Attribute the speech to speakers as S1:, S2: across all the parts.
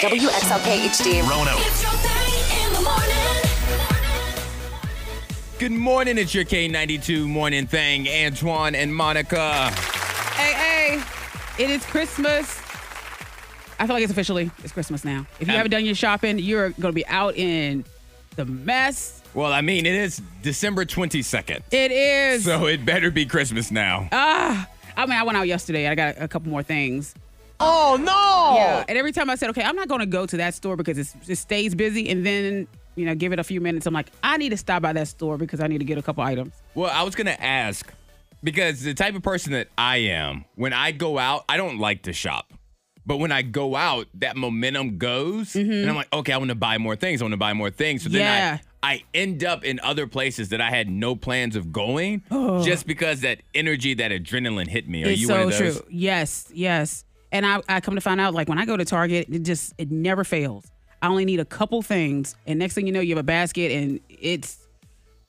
S1: WXLK HD.
S2: Rono.
S3: Good morning. It's your K92 morning thing. Antoine and Monica.
S4: Hey, hey, it is Christmas. I feel like it's officially it's Christmas now. If you
S3: Um,
S4: haven't done your shopping, you're gonna be out in the mess.
S3: Well, I mean, it is December 22nd.
S4: It is.
S3: So it better be Christmas now.
S4: Oh. I mean, I went out yesterday. I got a, a couple more things.
S3: oh, no.
S4: Yeah. And every time I said, okay, I'm not gonna go to that store because it's, it stays busy, and then you know, give it a few minutes. I'm like, I need to stop by that store because I need to get a couple items.
S3: Well, I was going to ask because the type of person that I am, when I go out, I don't like to shop. But when I go out, that momentum goes. And I'm like, okay, I want to buy more things. I want to buy more things. So then
S4: Mm-hmm. Yeah.
S3: I, I end up in other places that I had no plans of going just because that energy, that adrenaline hit me. Are
S4: Oh. it's
S3: you
S4: so
S3: one of those?
S4: true. Yes, yes. And I, I come to find out, like when I go to Target, it just it never fails. I only need a couple things, and next thing you know, you have a basket, and it's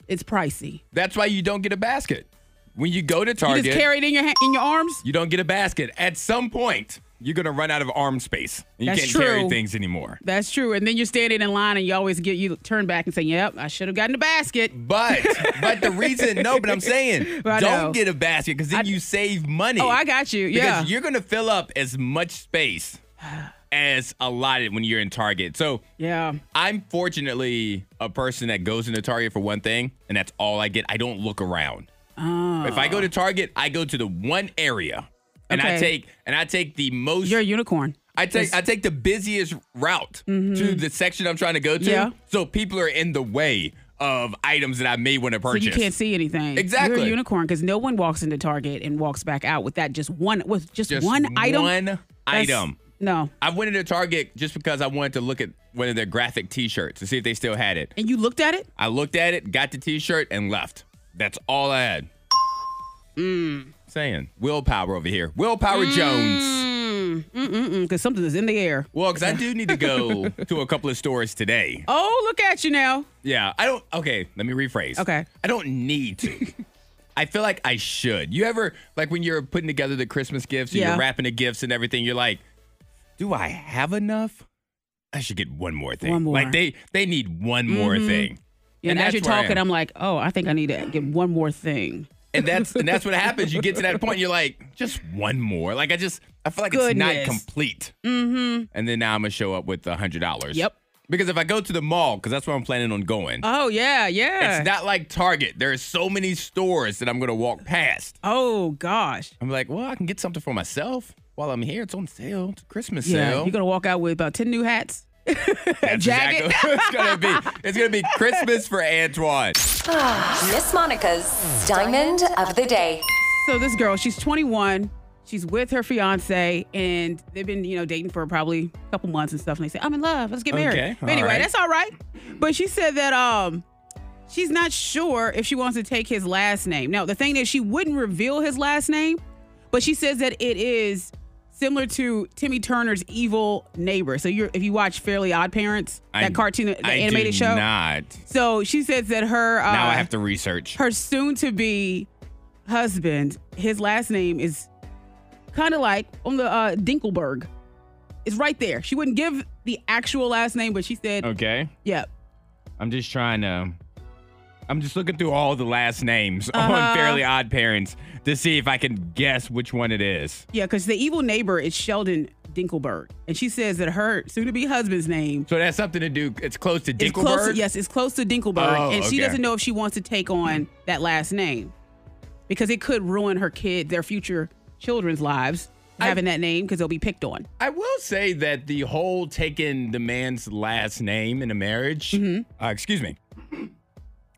S4: it's pricey.
S3: That's why you don't get a basket. When you go to
S4: You
S3: Target,
S4: just carry it in your ha- in your arms.
S3: you don't get a basket. At some point, you're going to run out of arm space. And you
S4: That's
S3: can't carry
S4: true.
S3: things anymore.
S4: That's true. And then you're standing in line, and you always get you turn back and say, "Yep, I should have gotten a basket."
S3: But but the reason no, but I'm saying
S4: But I
S3: don't
S4: know.
S3: get a basket because then
S4: I-
S3: you save money.
S4: Oh, I got you.
S3: Because
S4: Yeah.
S3: you're gonna fill up as much space as allotted when you're in Target. So
S4: yeah.
S3: I'm fortunately a person that goes into Target for one thing, and that's all I get. I don't look around. If I go to Target, I go to the one area. And I
S4: Okay.
S3: take and I take the most
S4: You're a unicorn.
S3: I take I take the busiest route to the section I'm trying to go to.
S4: Mm-hmm. Yeah.
S3: So people are in the way of items that I may want to
S4: So
S3: purchase.
S4: you can't see anything.
S3: Exactly.
S4: You're a unicorn because no one walks into Target and walks back out with that just one with just,
S3: Just
S4: one item.
S3: One
S4: That's-
S3: item.
S4: No.
S3: I went into Target just because I wanted to look at one of their graphic T-shirts to see if they still had it.
S4: And you looked at it.
S3: I looked at it, got the T-shirt, and left. That's all I had.
S4: Mm.
S3: Saying willpower over here, willpower Jones.
S4: because something is in the air.
S3: Well, because I do need to go to a couple of stores today.
S4: Oh, look at you now.
S3: Yeah, I don't. Okay, let me rephrase.
S4: Okay.
S3: I don't need to. I feel like I should. You ever like when you're putting together the Christmas gifts and
S4: Yeah.
S3: you're wrapping the gifts and everything, you're like, "Do I have enough? I should get one more thing.
S4: One more. Mm-hmm.
S3: Like they they need one more thing."
S4: Yeah, and, as you're
S3: that's where I
S4: talking,
S3: am.
S4: I'm like, oh, I think I need to get one more thing.
S3: and that's and that's what happens. You get to that point, you're like, "Just one more." Like I just I feel like it's not
S4: Goodness.
S3: complete. Mm-hmm. And then now I'm gonna show up with a hundred dollars.
S4: Yep.
S3: Because if I go to the mall, because that's where I'm planning on going.
S4: Oh yeah, yeah.
S3: It's not like Target. There are so many stores that I'm going to walk past.
S4: oh gosh.
S3: I'm like, well, I can get something for myself while I'm here. It's on sale. It's a Christmas
S4: Yeah,
S3: sale.
S4: you're gonna walk out with about ten new hats.
S3: That's
S4: jacket.
S3: exactly what it's going to be. It's going to be Christmas for Antoine.
S1: Miss Monica's Diamond of the Day.
S4: So this girl, she's 21. She's with her fiance, and they've been, you know, dating for probably a couple months and stuff. And they say, "I'm in love. Let's get married."
S3: Okay,
S4: But anyway,
S3: all right.
S4: that's all right. But she said that um, she's not sure if she wants to take his last name. Now, the thing is, she wouldn't reveal his last name, but she says that it is similar to Timmy Turner's evil neighbor. So you're, if you watch Fairly Odd Parents,
S3: I-
S4: that cartoon, the
S3: I
S4: animated
S3: do
S4: show.
S3: Not.
S4: So she says that her uh,
S3: now I have to research.
S4: her soon to be husband, his last name is kind of like on the uh, Dinkelberg. It's right there. She wouldn't give the actual last name, but she said,
S3: okay.
S4: yeah.
S3: I'm just trying to. I'm just looking through all the last names
S4: Uh-huh.
S3: on Fairly Odd Parents to see if I can guess which one it is.
S4: Yeah, because the evil neighbor is Sheldon Dinkelberg. And she says that her soon to be husband's name
S3: So that's something to do. It's close to
S4: is close
S3: Dinkelberg.
S4: to, yes, it's close to Dinkelberg.
S3: Oh,
S4: and she
S3: okay.
S4: doesn't know if she wants to take on that last name because it could ruin her kid, their future children's lives, having that name because they'll be picked on.
S3: I will say that the whole taking the man's last name in a marriage,
S4: Mm-hmm.
S3: uh, excuse me,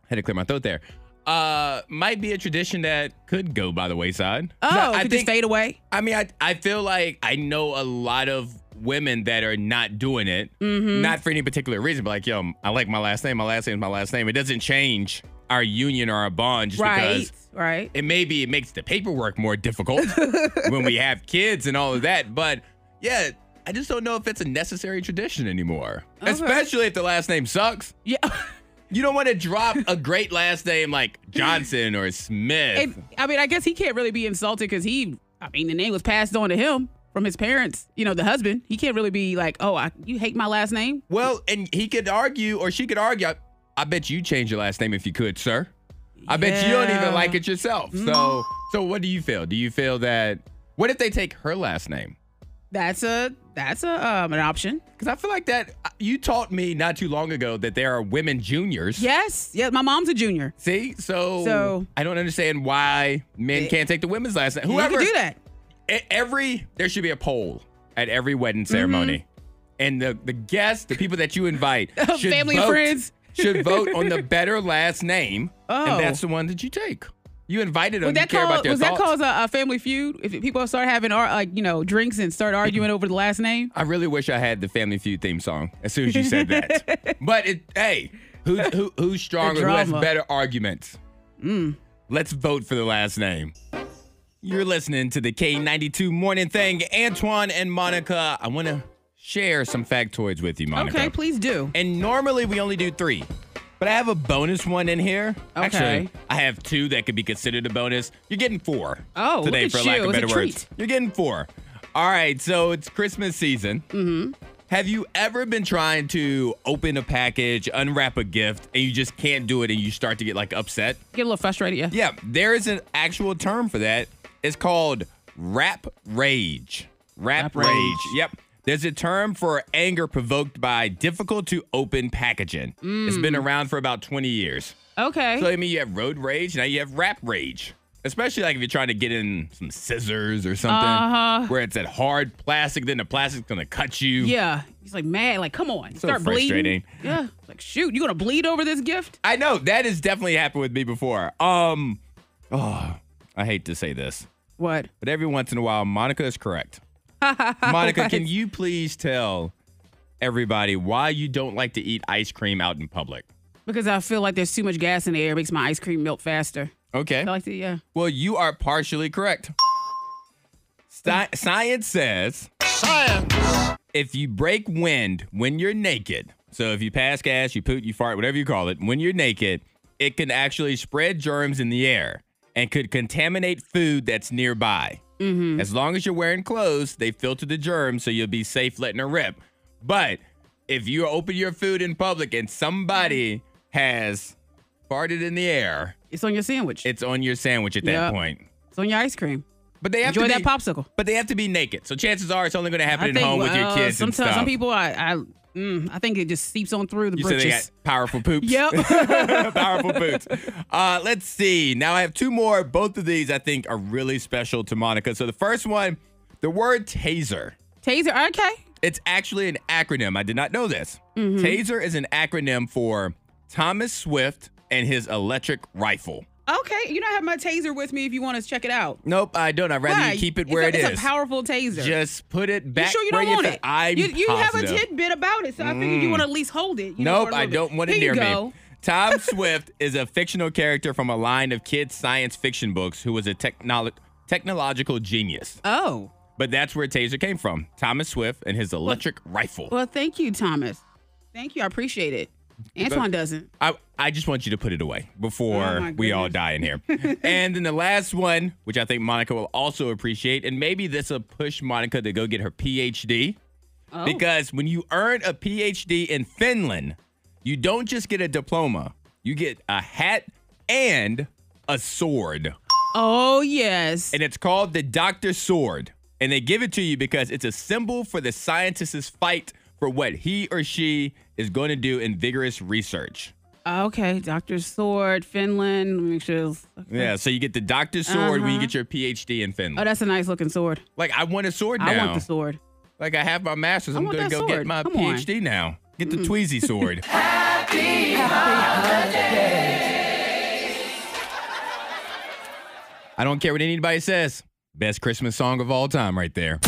S3: had to clear my throat there, uh, might be a tradition that could go by the wayside.
S4: Oh,
S3: No,
S4: it
S3: I
S4: could
S3: think,
S4: just fade away.
S3: I mean, I, I feel like I know a lot of women that are not doing it,
S4: Mm-hmm.
S3: not for any particular reason, but like, yo, I like my last name. My last name is my last name. It doesn't change our union or our bond just
S4: Right,
S3: because
S4: right.
S3: it maybe it makes the paperwork more difficult when we have kids and all of that but yeah i just don't know if it's a necessary tradition anymore especially if the last name sucks
S4: Yeah.
S3: you don't want to drop a great last name like johnson or smith
S4: If- I mean, I guess he can't really be insulted because he, I mean, the name was passed on to him from his parents, you know, the husband. He can't really be like, oh, I, you hate my last name.
S3: Well, and he could argue, or she could argue. I, I bet you change your last name if you could, sir. I bet you don't
S4: Yeah. Mm-hmm.
S3: even like it yourself. So, so what do you feel? Do you feel that? What if they take her last name?
S4: That's a that's a um, an option.
S3: Because I feel like that uh, you taught me not too long ago that there are women juniors.
S4: Yes, yeah. My mom's a junior.
S3: See, so,
S4: So-
S3: I don't understand why men can't take the women's last name.
S4: Whoever
S3: Whoever
S4: can do that.
S3: e- every there should be a poll at every wedding
S4: Mm-hmm.
S3: ceremony, and the the guests, the people that you invite, should
S4: Family and
S3: vote,
S4: friends.
S3: should vote on the better last name,
S4: Oh.
S3: and that's the one that you take. You invited them.
S4: Would
S3: You
S4: that
S3: care
S4: cause
S3: about their
S4: was that
S3: thoughts.
S4: cause a, a family feud? If people start having ar- like you know drinks and start arguing over the last name.
S3: I really wish I had the Family Feud theme song as soon as you said that. but it, hey, who, who who's stronger? Who has
S4: drama. Mm.
S3: better arguments? Let's vote for the last name. You're listening to the K92 Morning Thing. Antoine and Monica, I want to share some factoids with you, Monica.
S4: Okay, please do.
S3: And normally we only do three, but I have a bonus one in here.
S4: Okay.
S3: Actually, I have two that could be considered a bonus. You're getting four.
S4: Oh,
S3: today
S4: look
S3: for
S4: at
S3: lack
S4: you.
S3: of
S4: It's a
S3: better words.
S4: treat.
S3: You're getting four. All right, so it's Christmas season. Mm-hmm. Have you ever been trying to open a package, unwrap a gift, and you just can't do it, and you start to get like upset?
S4: Get a little frustrated. Yeah.
S3: Yeah, there is an actual term for that. It's called rap rage. Rap,
S4: Rap
S3: rage.
S4: rage.
S3: Yep. There's a term for anger provoked by difficult to open packaging. It's
S4: Mm.
S3: been around for about 20 years.
S4: Okay.
S3: So, I mean, you have road rage, now you have rap rage. Especially like if you're trying to get in some scissors or something
S4: Uh-huh.
S3: where it's that hard plastic, then the plastic's gonna cut you.
S4: yeah. He's like mad. Like, come on.
S3: So
S4: start bleeding.
S3: frustrating.
S4: Yeah. Like, shoot, you gonna bleed over this gift?
S3: I know that has definitely happened with me before. Um, oh, I hate to say this.
S4: What?
S3: But every once in a while, Monica is correct. Monica, can you please tell everybody why you don't like to eat ice cream out in public?
S4: Because I feel like there's too much gas in the air. It makes my ice cream melt faster.
S3: Okay.
S4: I like to, yeah.
S3: Well, you are partially correct. Sci- science says if you break wind when you're naked, so if you pass gas, you poot, you fart, whatever you call it, when you're naked, it can actually spread germs in the air and could contaminate food that's nearby. As long as you're wearing clothes, they filter the germs, so you'll be safe letting her rip. But if you open your food in public and somebody has farted in the air,
S4: It's on your sandwich.
S3: it's on your sandwich at that
S4: Yep.
S3: point.
S4: it's on your ice cream.
S3: But they have
S4: Enjoy
S3: to
S4: that
S3: be,
S4: popsicle.
S3: But they have to be naked. So chances are it's only going to happen at home with your
S4: well,
S3: kids and
S4: uh, Sometimes
S3: stuff.
S4: some people, I, I, mm, I think it just seeps on through the
S3: you said they got
S4: britches.
S3: powerful poops.
S4: Yep.
S3: powerful boots. Uh, let's see. Now I have two more. Both of these I think are really special to Monica. So the first one, the word taser.
S4: Taser. Okay.
S3: It's actually an acronym. I did not know this.
S4: Mm-hmm.
S3: Taser is an acronym for Thomas Swift and his electric rifle.
S4: Okay. You know, I have my taser with me if you want to check it out.
S3: Nope, I don't. I'd rather
S4: Why?
S3: you keep it where
S4: it's
S3: it
S4: a,
S3: is.
S4: It's a powerful taser.
S3: Just put it
S4: you
S3: back
S4: sure you
S3: where
S4: don't want
S3: you
S4: it?
S3: fa- I'm
S4: you you have a
S3: positive. Mm.
S4: tidbit about it, so I figured you want to at least hold it. you know,
S3: Nope,
S4: for a
S3: I
S4: little bit.
S3: don't want it
S4: Here
S3: near
S4: you go.
S3: me. Tom Swift is a fictional character from a line of kids' science fiction books who was a technolo- technological genius.
S4: Oh.
S3: But that's where Taser came from Thomas Swift and his electric rifle.
S4: Well, thank you, Thomas. Thank you. I appreciate it. Antoine doesn't.
S3: I, I just want you to put it away before
S4: Oh, my
S3: we all
S4: goodness.
S3: die in here. and then the last one, which I think Monica will also appreciate, and maybe this will push Monica to go get her PhD.
S4: Oh.
S3: Because when you earn a PhD in Finland, you don't just get a diploma, you get a hat and a sword.
S4: oh, yes.
S3: And it's called the Doctor's Sword. And they give it to you because it's a symbol for the scientist's fight for what he or she is going to do in vigorous research.
S4: okay. Dr. Sword, Finland. Let me Make sure. it's-
S3: Yeah, so you get the Doctor's Sword when you get your PhD in
S4: Uh-huh. Oh,
S3: Finland.
S4: that's a nice looking sword.
S3: like, I want a sword now.
S4: I want the sword.
S3: Like, I have my master's. I'm
S4: want
S3: going to
S4: that
S3: go get
S4: sword.
S3: my
S4: Come on. Mm.
S3: PhD now. Get the Tweezy Sword. I don't care what anybody says. Best Christmas song of all time, right there.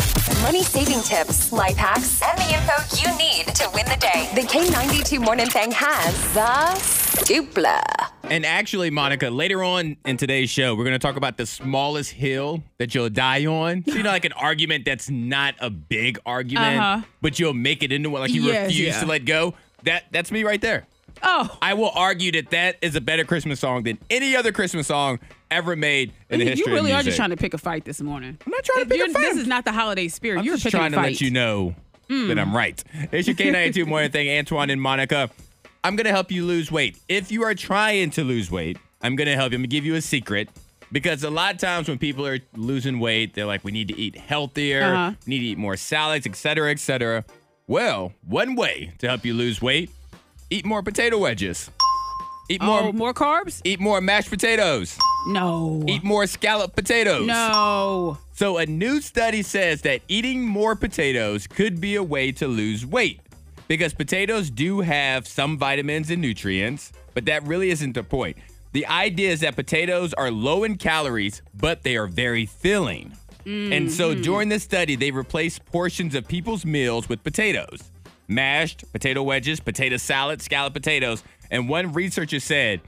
S1: Money saving tips, life hacks, and the info you need to win the day. The K92 Morning Thing has the dupla.
S3: And actually, Monica, later on in today's show, we're going to talk about the smallest hill that you'll die on. So, you know, like an argument that's not a big argument,
S4: Uh-huh.
S3: but you'll make it into one, like you
S4: Yes,
S3: refuse
S4: yeah.
S3: to let go. That That's me right there.
S4: Oh.
S3: I will argue that that is a better Christmas song than any other Christmas song ever made in the
S4: you
S3: history
S4: really
S3: of
S4: are
S3: music.
S4: just trying to pick a fight this morning. I'm
S3: not trying to pick a
S4: This
S3: fight.
S4: is not the holiday spirit.
S3: I'm
S4: You're
S3: just
S4: picking Hmm.
S3: trying
S4: a
S3: to
S4: fight.
S3: let you know that I'm right. It's your K92 morning thing, Antoine and Monica. I'm going to help you lose weight. If you are trying to lose weight, I'm going to help you. I'm going to give you a secret because a lot of times when people are losing weight, they're like, we need to eat healthier,
S4: Uh-huh.
S3: we need to eat more salads, et cetera, et cetera. Well, one way to help you lose weight, eat more potato wedges. Eat more,
S4: oh, more carbs?
S3: eat more mashed potatoes.
S4: No.
S3: Eat more scalloped potatoes.
S4: No.
S3: So, a new study says that eating more potatoes could be a way to lose weight because potatoes do have some vitamins and nutrients, but that really isn't the point. The idea is that potatoes are low in calories, but they are very filling. And so, during this study, they replaced portions of people's meals with potatoes mashed, potato wedges, potato salad, scalloped potatoes. And one researcher said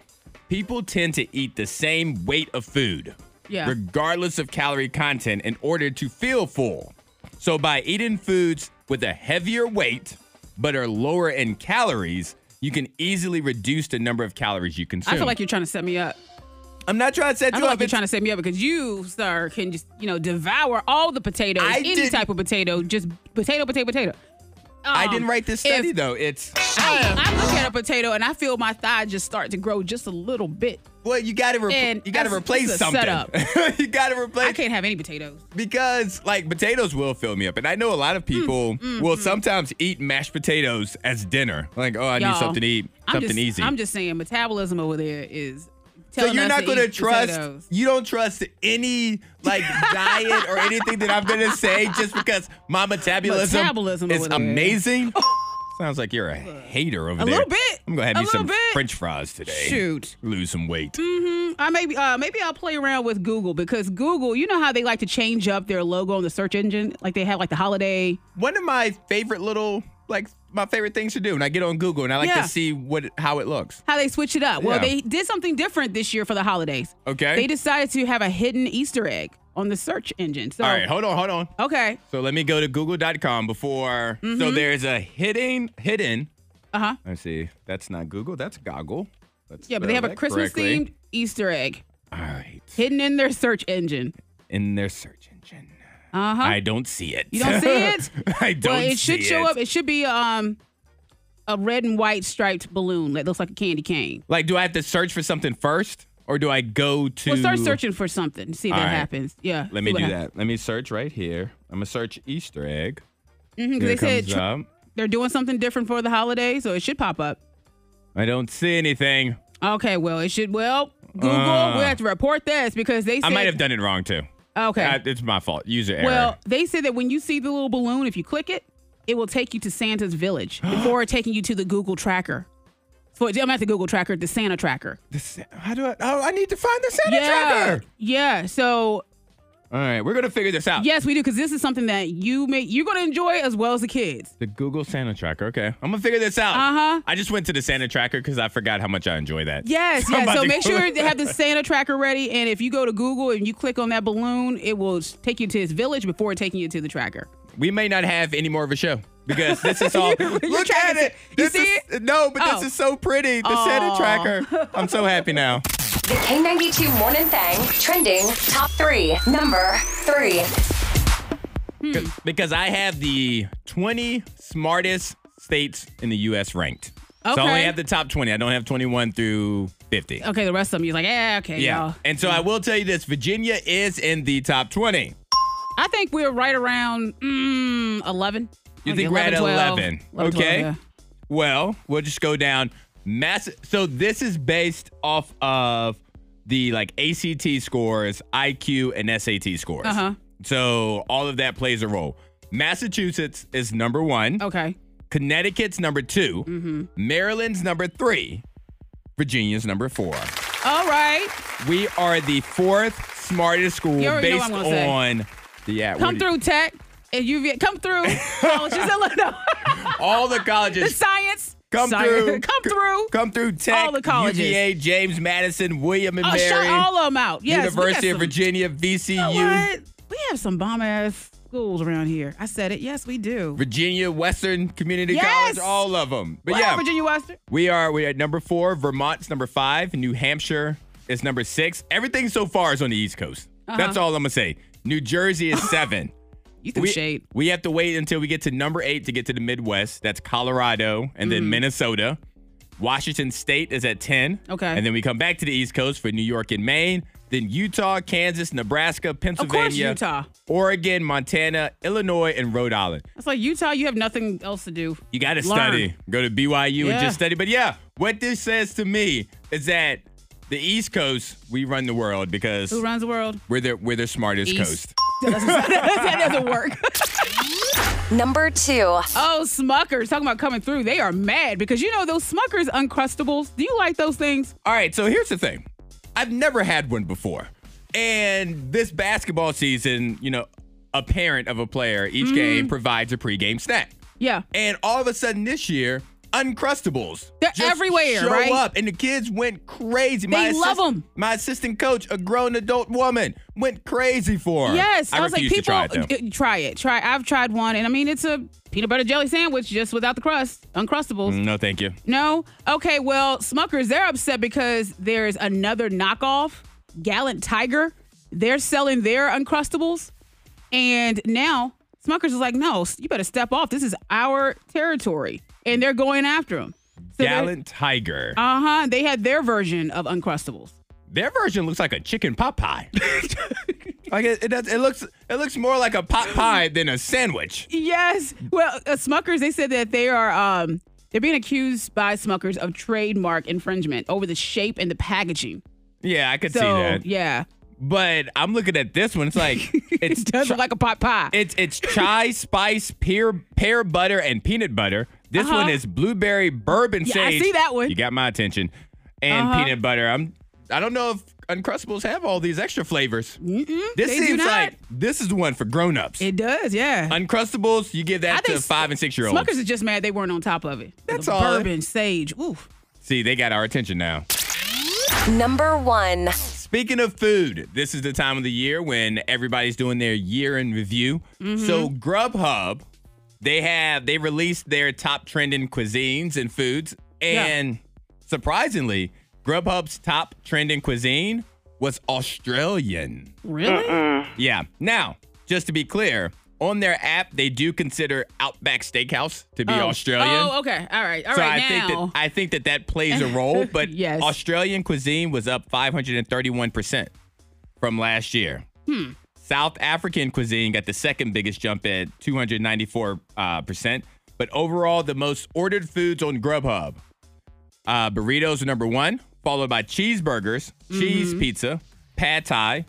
S3: people tend to eat the same weight of food
S4: Yeah.
S3: regardless of calorie content in order to feel full. So by eating foods with a heavier weight but are lower in calories, you can easily reduce the number of calories you consume.
S4: I feel like you're trying to set me up.
S3: I'm not trying to set
S4: I
S3: you
S4: feel
S3: up.
S4: like you're
S3: It's-
S4: trying to set me up because you, sir, can just you know devour all the potatoes,
S3: I
S4: any
S3: didn't-
S4: type of potato, just potato, potato, potato.
S3: I
S4: Um,
S3: didn't write this study
S4: if-
S3: though. It's
S4: I, I look at a potato and I feel my thigh just start to grow just a little bit.
S3: well, you got to re-
S4: And
S3: you got to
S4: that's-
S3: replace
S4: this is a
S3: something.
S4: setup.
S3: you got to
S4: I
S3: replace
S4: can't have any potatoes.
S3: because like potatoes will fill me up, and I know a lot
S4: Mm,
S3: of people will sometimes eat mashed potatoes as dinner. Like, oh, I need
S4: Y'all,
S3: something to eat,
S4: I'm
S3: something
S4: just-
S3: easy.
S4: I'm just saying, metabolism over there is.
S3: So
S4: telling
S3: you're
S4: us
S3: not
S4: to
S3: gonna
S4: eat
S3: trust
S4: potatoes.
S3: you don't trust any like diet or anything that I'm gonna say just because my metabolism,
S4: Metabolism
S3: is
S4: over there.
S3: amazing. Sounds like you're a hater over
S4: A
S3: there.
S4: little bit.
S3: I'm gonna have
S4: A
S3: you some
S4: little bit.
S3: French fries today.
S4: Shoot. Mm.
S3: Lose some weight.
S4: I maybe uh, maybe I'll play around with Google because Google, you know how they like to change up their logo on the search engine, like they have like the holiday.
S3: One of my favorite little like my favorite things to do when I get on Google and I like
S4: Yeah.
S3: to see what how it looks.
S4: how they switch it up. Well,
S3: Yeah.
S4: they did something different this year for the holidays.
S3: Okay.
S4: They decided to have a hidden Easter egg on the search engine. So,
S3: All right, hold on, hold on.
S4: okay.
S3: So let me go to google.com before so
S4: Mm-hmm.
S3: there's a hidden hidden
S4: Uh huh.
S3: Let's see. That's not Google. That's Goggle. Let's
S4: Yeah, but
S3: spell
S4: they have a
S3: that
S4: Christmas
S3: correctly.
S4: themed Easter egg
S3: All right.
S4: hidden in their search engine.
S3: In their search engine.
S4: Uh huh.
S3: I don't see it.
S4: You don't see it?
S3: I don't
S4: Well, it should
S3: see
S4: show
S3: it.
S4: up. It should be um a red and white striped balloon that looks like a candy cane.
S3: Like, do I have to search for something first? Or do I go to.
S4: Well, start searching for something. See if
S3: All
S4: that
S3: right.
S4: happens. Yeah.
S3: Let me do that. Let me search right here. I'm going to search Easter egg.
S4: hmm
S3: Here
S4: they
S3: it comes uh,
S4: said tr-
S3: up.
S4: they're doing something different for the holidays, so it should pop up.
S3: I don't see anything.
S4: Okay, well, it should. Well, Google,
S3: Uh.
S4: we have to report this because they said.
S3: I might have done it wrong, too.
S4: Okay.
S3: Uh, it's my fault. User error.
S4: well, they said that when you see the little balloon, if you click it, it will take you to Santa's village before taking you to the Google tracker. So I'm at the Google tracker, the Santa tracker.
S3: This- how do I? Oh, I need to find the Santa
S4: yeah.
S3: tracker.
S4: Yeah. So,
S3: All right, we're going to figure this out.
S4: yes, we do because this is something that you may, you're going to enjoy as well as the kids.
S3: The Google Santa Tracker. Okay, I'm gonna figure this out.
S4: Uh-huh.
S3: I just went to the Santa Tracker because I forgot how much I enjoy that.
S4: Yes,
S3: I'm
S4: yes.
S3: about
S4: So
S3: to
S4: make
S3: go-
S4: sure they have the Santa tracker ready. And if you go to Google and you click on that balloon, it will s- take you to his village before taking you to the tracker.
S3: we may not have any more of a show because this is all. Look
S4: tracking
S3: at it.
S4: You
S3: This
S4: see
S3: is- No, but
S4: Oh.
S3: this is so pretty. The
S4: Aw.
S3: Santa Tracker. I'm so happy now.
S1: The K92 Morning Thang trending top three. Number three.
S4: Hmm.
S3: because I have the 20 smartest states in the U.S. ranked. So I only
S4: Okay.
S3: have the top 20. I don't have 21 through 50.
S4: Okay, the rest of them, you're like, eh, okay,
S3: Yeah.
S4: y'all.
S3: And so I will tell you this Virginia is in the top 20.
S4: I think we're right around mm, 11.
S3: You
S4: Like
S3: think we're at
S4: 12.
S3: 11.
S4: 11,
S3: Okay.
S4: 12,
S3: Well, we'll just go down. Mass. So this is based off of the like ACT scores, IQ, and SAT scores.
S4: Uh-huh.
S3: So all of that plays a role. Massachusetts is number one.
S4: yeah. Okay.
S3: Connecticut's number 2
S4: Mm-hmm.
S3: Maryland's number three. Virginia's number four.
S4: All right.
S3: We are the fourth smartest school
S4: You already know what
S3: based
S4: I'm gonna say.
S3: on the yeah.
S4: Come
S3: what do you-
S4: through, Tech. If you get- come through, oh, she said, look, no.
S3: All the
S4: the
S3: colleges.
S4: science.
S3: Come
S4: Science.
S3: through.
S4: Come through.
S3: Come through Tech,
S4: All the colleges.
S3: UVA, James Madison, William and
S4: oh,
S3: Mary,
S4: shut all of them out. Yes, we got
S3: University of
S4: some-
S3: Virginia,
S4: You know
S3: VCU.
S4: what? We have some bomb ass schools around here. I said it. Yes, we do.
S3: Virginia Western Community
S4: Yes!
S3: College, all of them. But
S4: Wow,
S3: yeah,
S4: Virginia Western.
S3: we are we are at number four. Vermont's number five. New Hampshire is number six. Everything so far is on the East Coast.
S4: Uh-huh.
S3: That's all I'm gonna say. New Jersey is seven.
S4: You threw
S3: we,
S4: shade.
S3: we have to wait until we get to number eight to get to the Midwest. That's Colorado and
S4: Mm-hmm.
S3: then Minnesota. Washington State is at 10.
S4: Okay.
S3: And then we come back to the East Coast for New York and Maine. Then Utah, Kansas, Nebraska, Pennsylvania,
S4: Utah.
S3: Oregon, Montana, Illinois, and Rhode Island.
S4: That's like Utah. You have nothing else to do.
S3: You got to
S4: Learn.
S3: study. Go to BYU
S4: Yeah.
S3: and just study. But yeah, what this says to me is that the East Coast, we run the world because
S4: Who runs the world?
S3: we're the, we're the smartest
S4: East.
S3: coast.
S4: that doesn't work.
S1: Number two.
S4: Oh, Smuckers. Talking about coming through. They are mad because you know those Smuckers Uncrustables. Do you like those things?
S3: All right, so here's the thing. I've never had one before. And this basketball season, you know, a parent of a player each
S4: Mm-hmm.
S3: game provides a pregame snack.
S4: Yeah.
S3: And all of a sudden this year, Uncrustables.
S4: They're
S3: just
S4: everywhere,
S3: show
S4: right?
S3: up, and the kids went crazy.
S4: They love 'em.
S3: My assistant coach, a grown adult woman, went crazy for 'em.
S4: Yes.
S3: I,
S4: was like,
S3: refuse
S4: people
S3: to try it. Though.
S4: uh, try it. Try. I've tried one, and I mean, it's a peanut butter jelly sandwich just without the crust. Uncrustables.
S3: no, thank you.
S4: No? Okay, well, Smuckers, they're upset because there's another knockoff, Gallant Tiger. They're selling their Uncrustables. And now Smuckers is like, no, you better step off. This is our territory. And they're going after them.
S3: Gallant Tiger.
S4: Uh huh. They had their version of Uncrustables.
S3: Their version looks like a chicken pot pie. like it, it, does, it looks it looks more like a pot pie than a sandwich.
S4: Yes. Well, uh, Smuckers, they said that they are um they're being accused by Smuckers of trademark infringement over the shape and the packaging.
S3: Yeah, I could
S4: So
S3: see that.
S4: yeah,
S3: But I'm looking at this one. It's like it's
S4: it does
S3: chi-
S4: look like a pot pie.
S3: it's it's chai spice pear pear butter and peanut butter. This
S4: Uh-huh.
S3: one is blueberry bourbon
S4: Yeah, I
S3: sage.
S4: see that one. Uh-huh.
S3: You got my attention. And peanut butter. I'm I don't know if Uncrustables have all these extra flavors. Mm-mm, this
S4: they do
S3: seems
S4: not.
S3: like this is the one for grown-ups.
S4: it does. Yeah.
S3: Uncrustables, you give
S4: I
S3: that
S4: think
S3: to five and six year olds.
S4: Smuckers is just mad they weren't on top of it.
S3: That's
S4: the
S3: all.
S4: Bourbon, sage. Oof.
S3: See, they got our attention now.
S1: Number one.
S3: Speaking of food, this is the time of the year when everybody's doing their year in review.
S4: Mm-hmm.
S3: So Grubhub, they have they released their top trending cuisines and foods,
S4: Yeah.
S3: and surprisingly, Grubhub's top trending cuisine was Australian.
S4: Really?
S3: Yeah. Now, just to be clear, on their app they do consider Outback Steakhouse to be
S4: Oh.
S3: Australian.
S4: Oh, okay. All right. All right.
S3: So I
S4: now.
S3: think that I think that that plays a role, but
S4: Yes.
S3: Australian cuisine was up 531% from last year.
S4: Hmm.
S3: South African cuisine got the second biggest jump at 294%, uh, percent. but overall the most ordered foods on Grubhub. Uh, burritos are number 1, followed by cheeseburgers,
S4: Mm-hmm.
S3: cheese pizza, pad thai,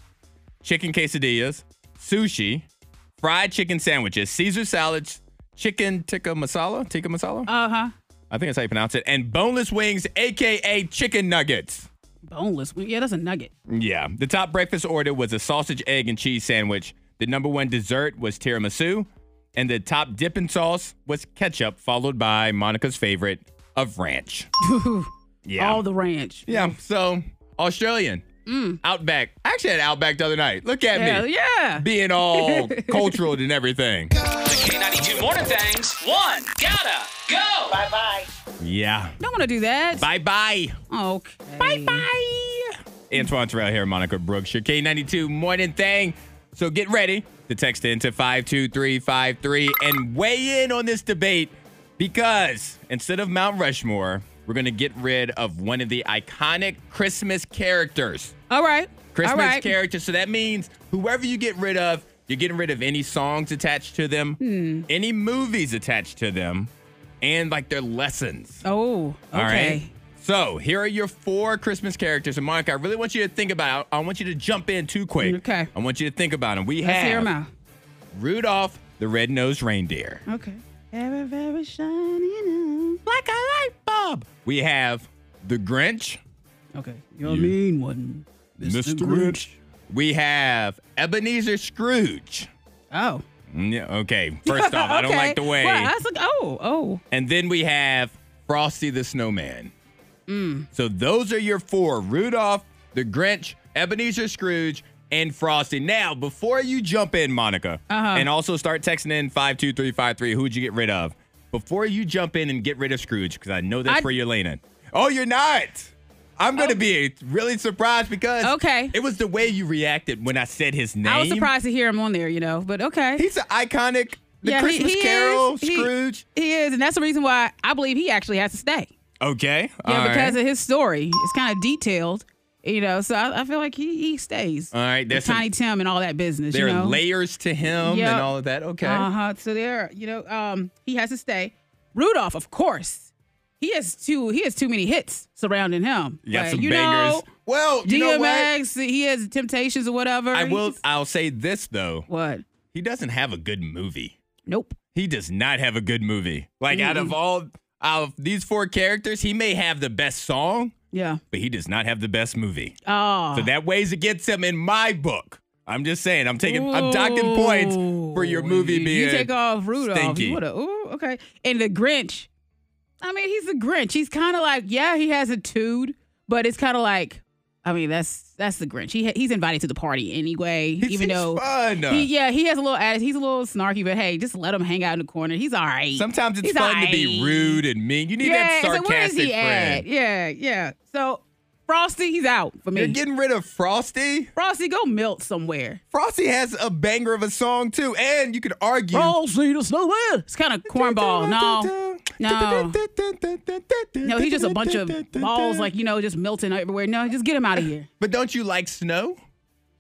S3: chicken quesadillas, sushi, fried chicken sandwiches, Caesar salads, chicken tikka masala, tikka masala.
S4: uh-huh.
S3: I think that's how you pronounce it. And boneless wings, aka chicken nuggets.
S4: Boneless. Yeah, that's a nugget.
S3: Yeah. The top breakfast order was a sausage, egg, and cheese sandwich. The number one dessert was tiramisu. And the top dipping sauce was ketchup, followed by Monica's favorite of ranch. yeah.
S4: All the ranch.
S3: yeah. So Australian. Outback. I actually had Outback the other night. Look at
S4: Hell
S3: me.
S4: yeah.
S3: Being all cultural and everything.
S2: K92 Morning Things. One, gotta go. Bye bye.
S3: Yeah.
S4: Don't want to do that.
S3: Bye bye.
S4: Okay.
S3: Bye bye. Antoine Terrell here, Monica Brooks, your K92 morning thing. So get ready to text into 52353 and weigh in on this debate because instead of Mount Rushmore, we're going to get rid of one of the iconic Christmas characters.
S4: All right.
S3: Christmas
S4: All right.
S3: characters. So that means whoever you get rid of, you're getting rid of any songs attached to them,
S4: Hmm.
S3: any movies attached to them, and like their lessons.
S4: Oh, okay.
S3: All right. So here are your four Christmas characters. And Monica, I really want you to think about I want you to jump in too quick.
S4: Okay.
S3: I want you to think about them. We
S4: Let's
S3: have
S4: hear 'em out.
S3: Rudolph the Red-Nosed Reindeer.
S4: Okay. Very, very shining
S3: Like a light bulb. We have the Grinch.
S4: eyes. Okay. You're a mean one.
S3: We have Ebenezer Scrooge.
S4: Oh.
S3: Mm, Yeah, okay. First off, I don't
S4: Okay.
S3: like the way.
S4: Well, I was like, oh, oh.
S3: And then we have Frosty the Snowman.
S4: Mm.
S3: So those are your four Rudolph, the Grinch, Ebenezer Scrooge, and Frosty. Now, before you jump in, Monica,
S4: Uh-huh.
S3: and also start texting in 52353, who'd you get rid of? Before you jump in and get rid of Scrooge, because I know that's
S4: I-
S3: where you're leaning. Oh, you're not. I'm going to be really surprised because
S4: Oh. Okay.
S3: it was the way you reacted when I said his name.
S4: I was surprised to hear him on there, you know, but okay.
S3: He's an iconic. The
S4: Yeah, he-
S3: Christmas
S4: he
S3: Carol,
S4: is. He-
S3: Scrooge.
S4: He, is, and that's the reason why I believe he actually has to stay.
S3: Okay.
S4: Yeah,
S3: all
S4: because
S3: right.
S4: of his story. It's kind of detailed, you know. So I, I feel like he, he stays.
S3: All right,
S4: With
S3: Uh, there's some-
S4: Tiny Tim and all that business.
S3: there
S4: you know?
S3: are layers to him
S4: Yep.
S3: and all of that. Okay.
S4: Uh huh. So there, you know, um, he has to stay. Rudolph, of course, he has too he has too many hits surrounding him.
S3: You got
S4: Like,
S3: some
S4: you
S3: bangers.
S4: Know,
S3: well, you know what?
S4: DMX, he has Temptations or whatever.
S3: I will.
S4: He's-
S3: I'll say this though.
S4: What?
S3: He doesn't have a good movie.
S4: Nope.
S3: He does not have a good movie. Like out of all out of these four characters, he may have the best song,
S4: Yeah.
S3: but he does not have the best movie.
S4: Oh.
S3: So that weighs against him in my book. I'm just saying. I'm taking. I'm docking points for your
S4: Ooh,
S3: movie
S4: you,
S3: being.
S4: You take off Rudolph.
S3: stinky.
S4: You would've- ooh, okay. And the Grinch. I mean, he's the Grinch. He's kind of like, yeah, he has a tood, but it's kind of like, I mean, that's that's the Grinch. He ha- he's invited to the party anyway,
S3: He
S4: even
S3: seems
S4: though.
S3: fun.
S4: He, yeah, he has a little ass. He's a little snarky, but hey, just let him hang out in the corner. He's all right.
S3: Sometimes it's
S4: He's
S3: fun to be
S4: aight.
S3: rude and mean. You need
S4: yeah,
S3: that
S4: it's
S3: sarcastic
S4: like, where is he
S3: friend.
S4: at? Yeah, yeah. So Frosty, he's out for me.
S3: You're getting rid of Frosty.
S4: Frosty, go melt somewhere.
S3: Frosty has a banger of a song too, and you could argue.
S4: Frosty the Snowman. Oh, It's kind of cornball. No, no. No, he's just a bunch of balls, like you know, just melting everywhere. No, just get him out of here,
S3: But don't you like snow?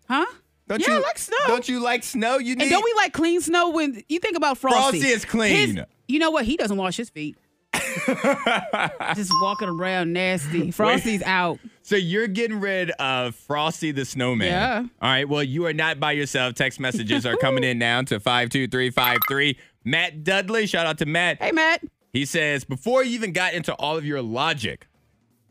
S4: huh?
S3: Don't you
S4: yeah, I like snow.
S3: Don't you like snow? You need.
S4: and don't we like clean snow? When you think about Frosty,
S3: Frosty is clean.
S4: His- you know what? He doesn't wash his feet. just walking around nasty. Frosty's out.
S3: so you're getting rid of Frosty the Snowman.
S4: Yeah.
S3: All right. Well, you are not by yourself. Text messages are coming in now to five two three five three. Matt Dudley, shout out to Matt.
S4: Hey, Matt.
S3: He says, before you even got into all of your logic,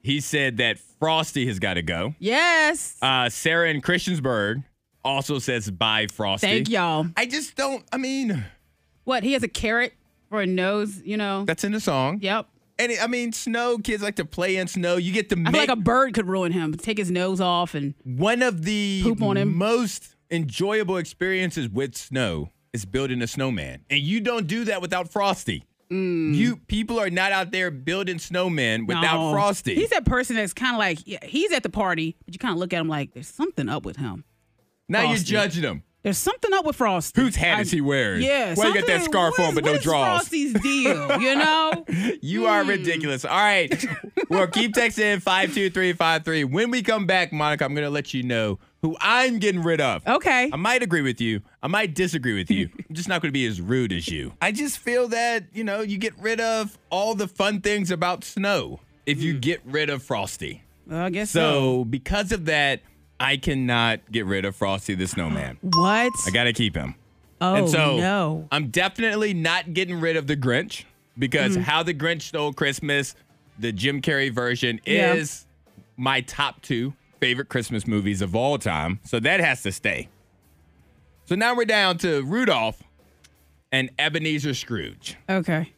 S3: he said that Frosty has got to go.
S4: Yes.
S3: Uh, Sarah in Christiansburg also says, bye, Frosty.
S4: Thank y'all.
S3: I just don't, I mean,
S4: What? He has a carrot for a nose. You know.
S3: that's in the song.
S4: yep.
S3: And it- I mean, snow, kids like to play in snow. You get to
S4: I
S3: make
S4: feel like a bird could ruin him. Take his nose off and
S3: one of the
S4: Poop on him.
S3: most enjoyable experiences with snow is building a snowman. And you don't do that without Frosty. You people are not out there building snowmen without
S4: Mm. No.
S3: Frosty.
S4: He's that person that's kind of like yeah, he's at the party, but you kind of look at him like there's something up with him.
S3: now
S4: Frosty.
S3: you're judging him.
S4: There's something up with Frosty.
S3: Whose hat is he wearing?
S4: Yeah.
S3: Why you got that
S4: something-
S3: scarf
S4: what
S3: on
S4: is-
S3: but
S4: what
S3: no
S4: is
S3: draws?
S4: Frosty's deal, you know.
S3: You are ridiculous. All right. well, keep texting in 52353. When we come back, Monica, I'm going to let you know who I'm getting rid of.
S4: Okay.
S3: I might agree with you. I might disagree with you. I'm just not going to be as rude as you. I just feel that, you know, you get rid of all the fun things about snow if you get rid of Frosty.
S4: Well, I guess so.
S3: So, because of that, I cannot get rid of Frosty the Snowman.
S4: What?
S3: I got to keep him.
S4: oh
S3: And so
S4: no.
S3: I'm definitely not getting rid of the Grinch because
S4: Mm-hmm.
S3: How the Grinch Stole Christmas, the Jim Carrey version,
S4: Yeah.
S3: is my top two favorite Christmas movies of all time. So that has to stay. So now we're down to Rudolph and Ebenezer Scrooge.
S4: Okay.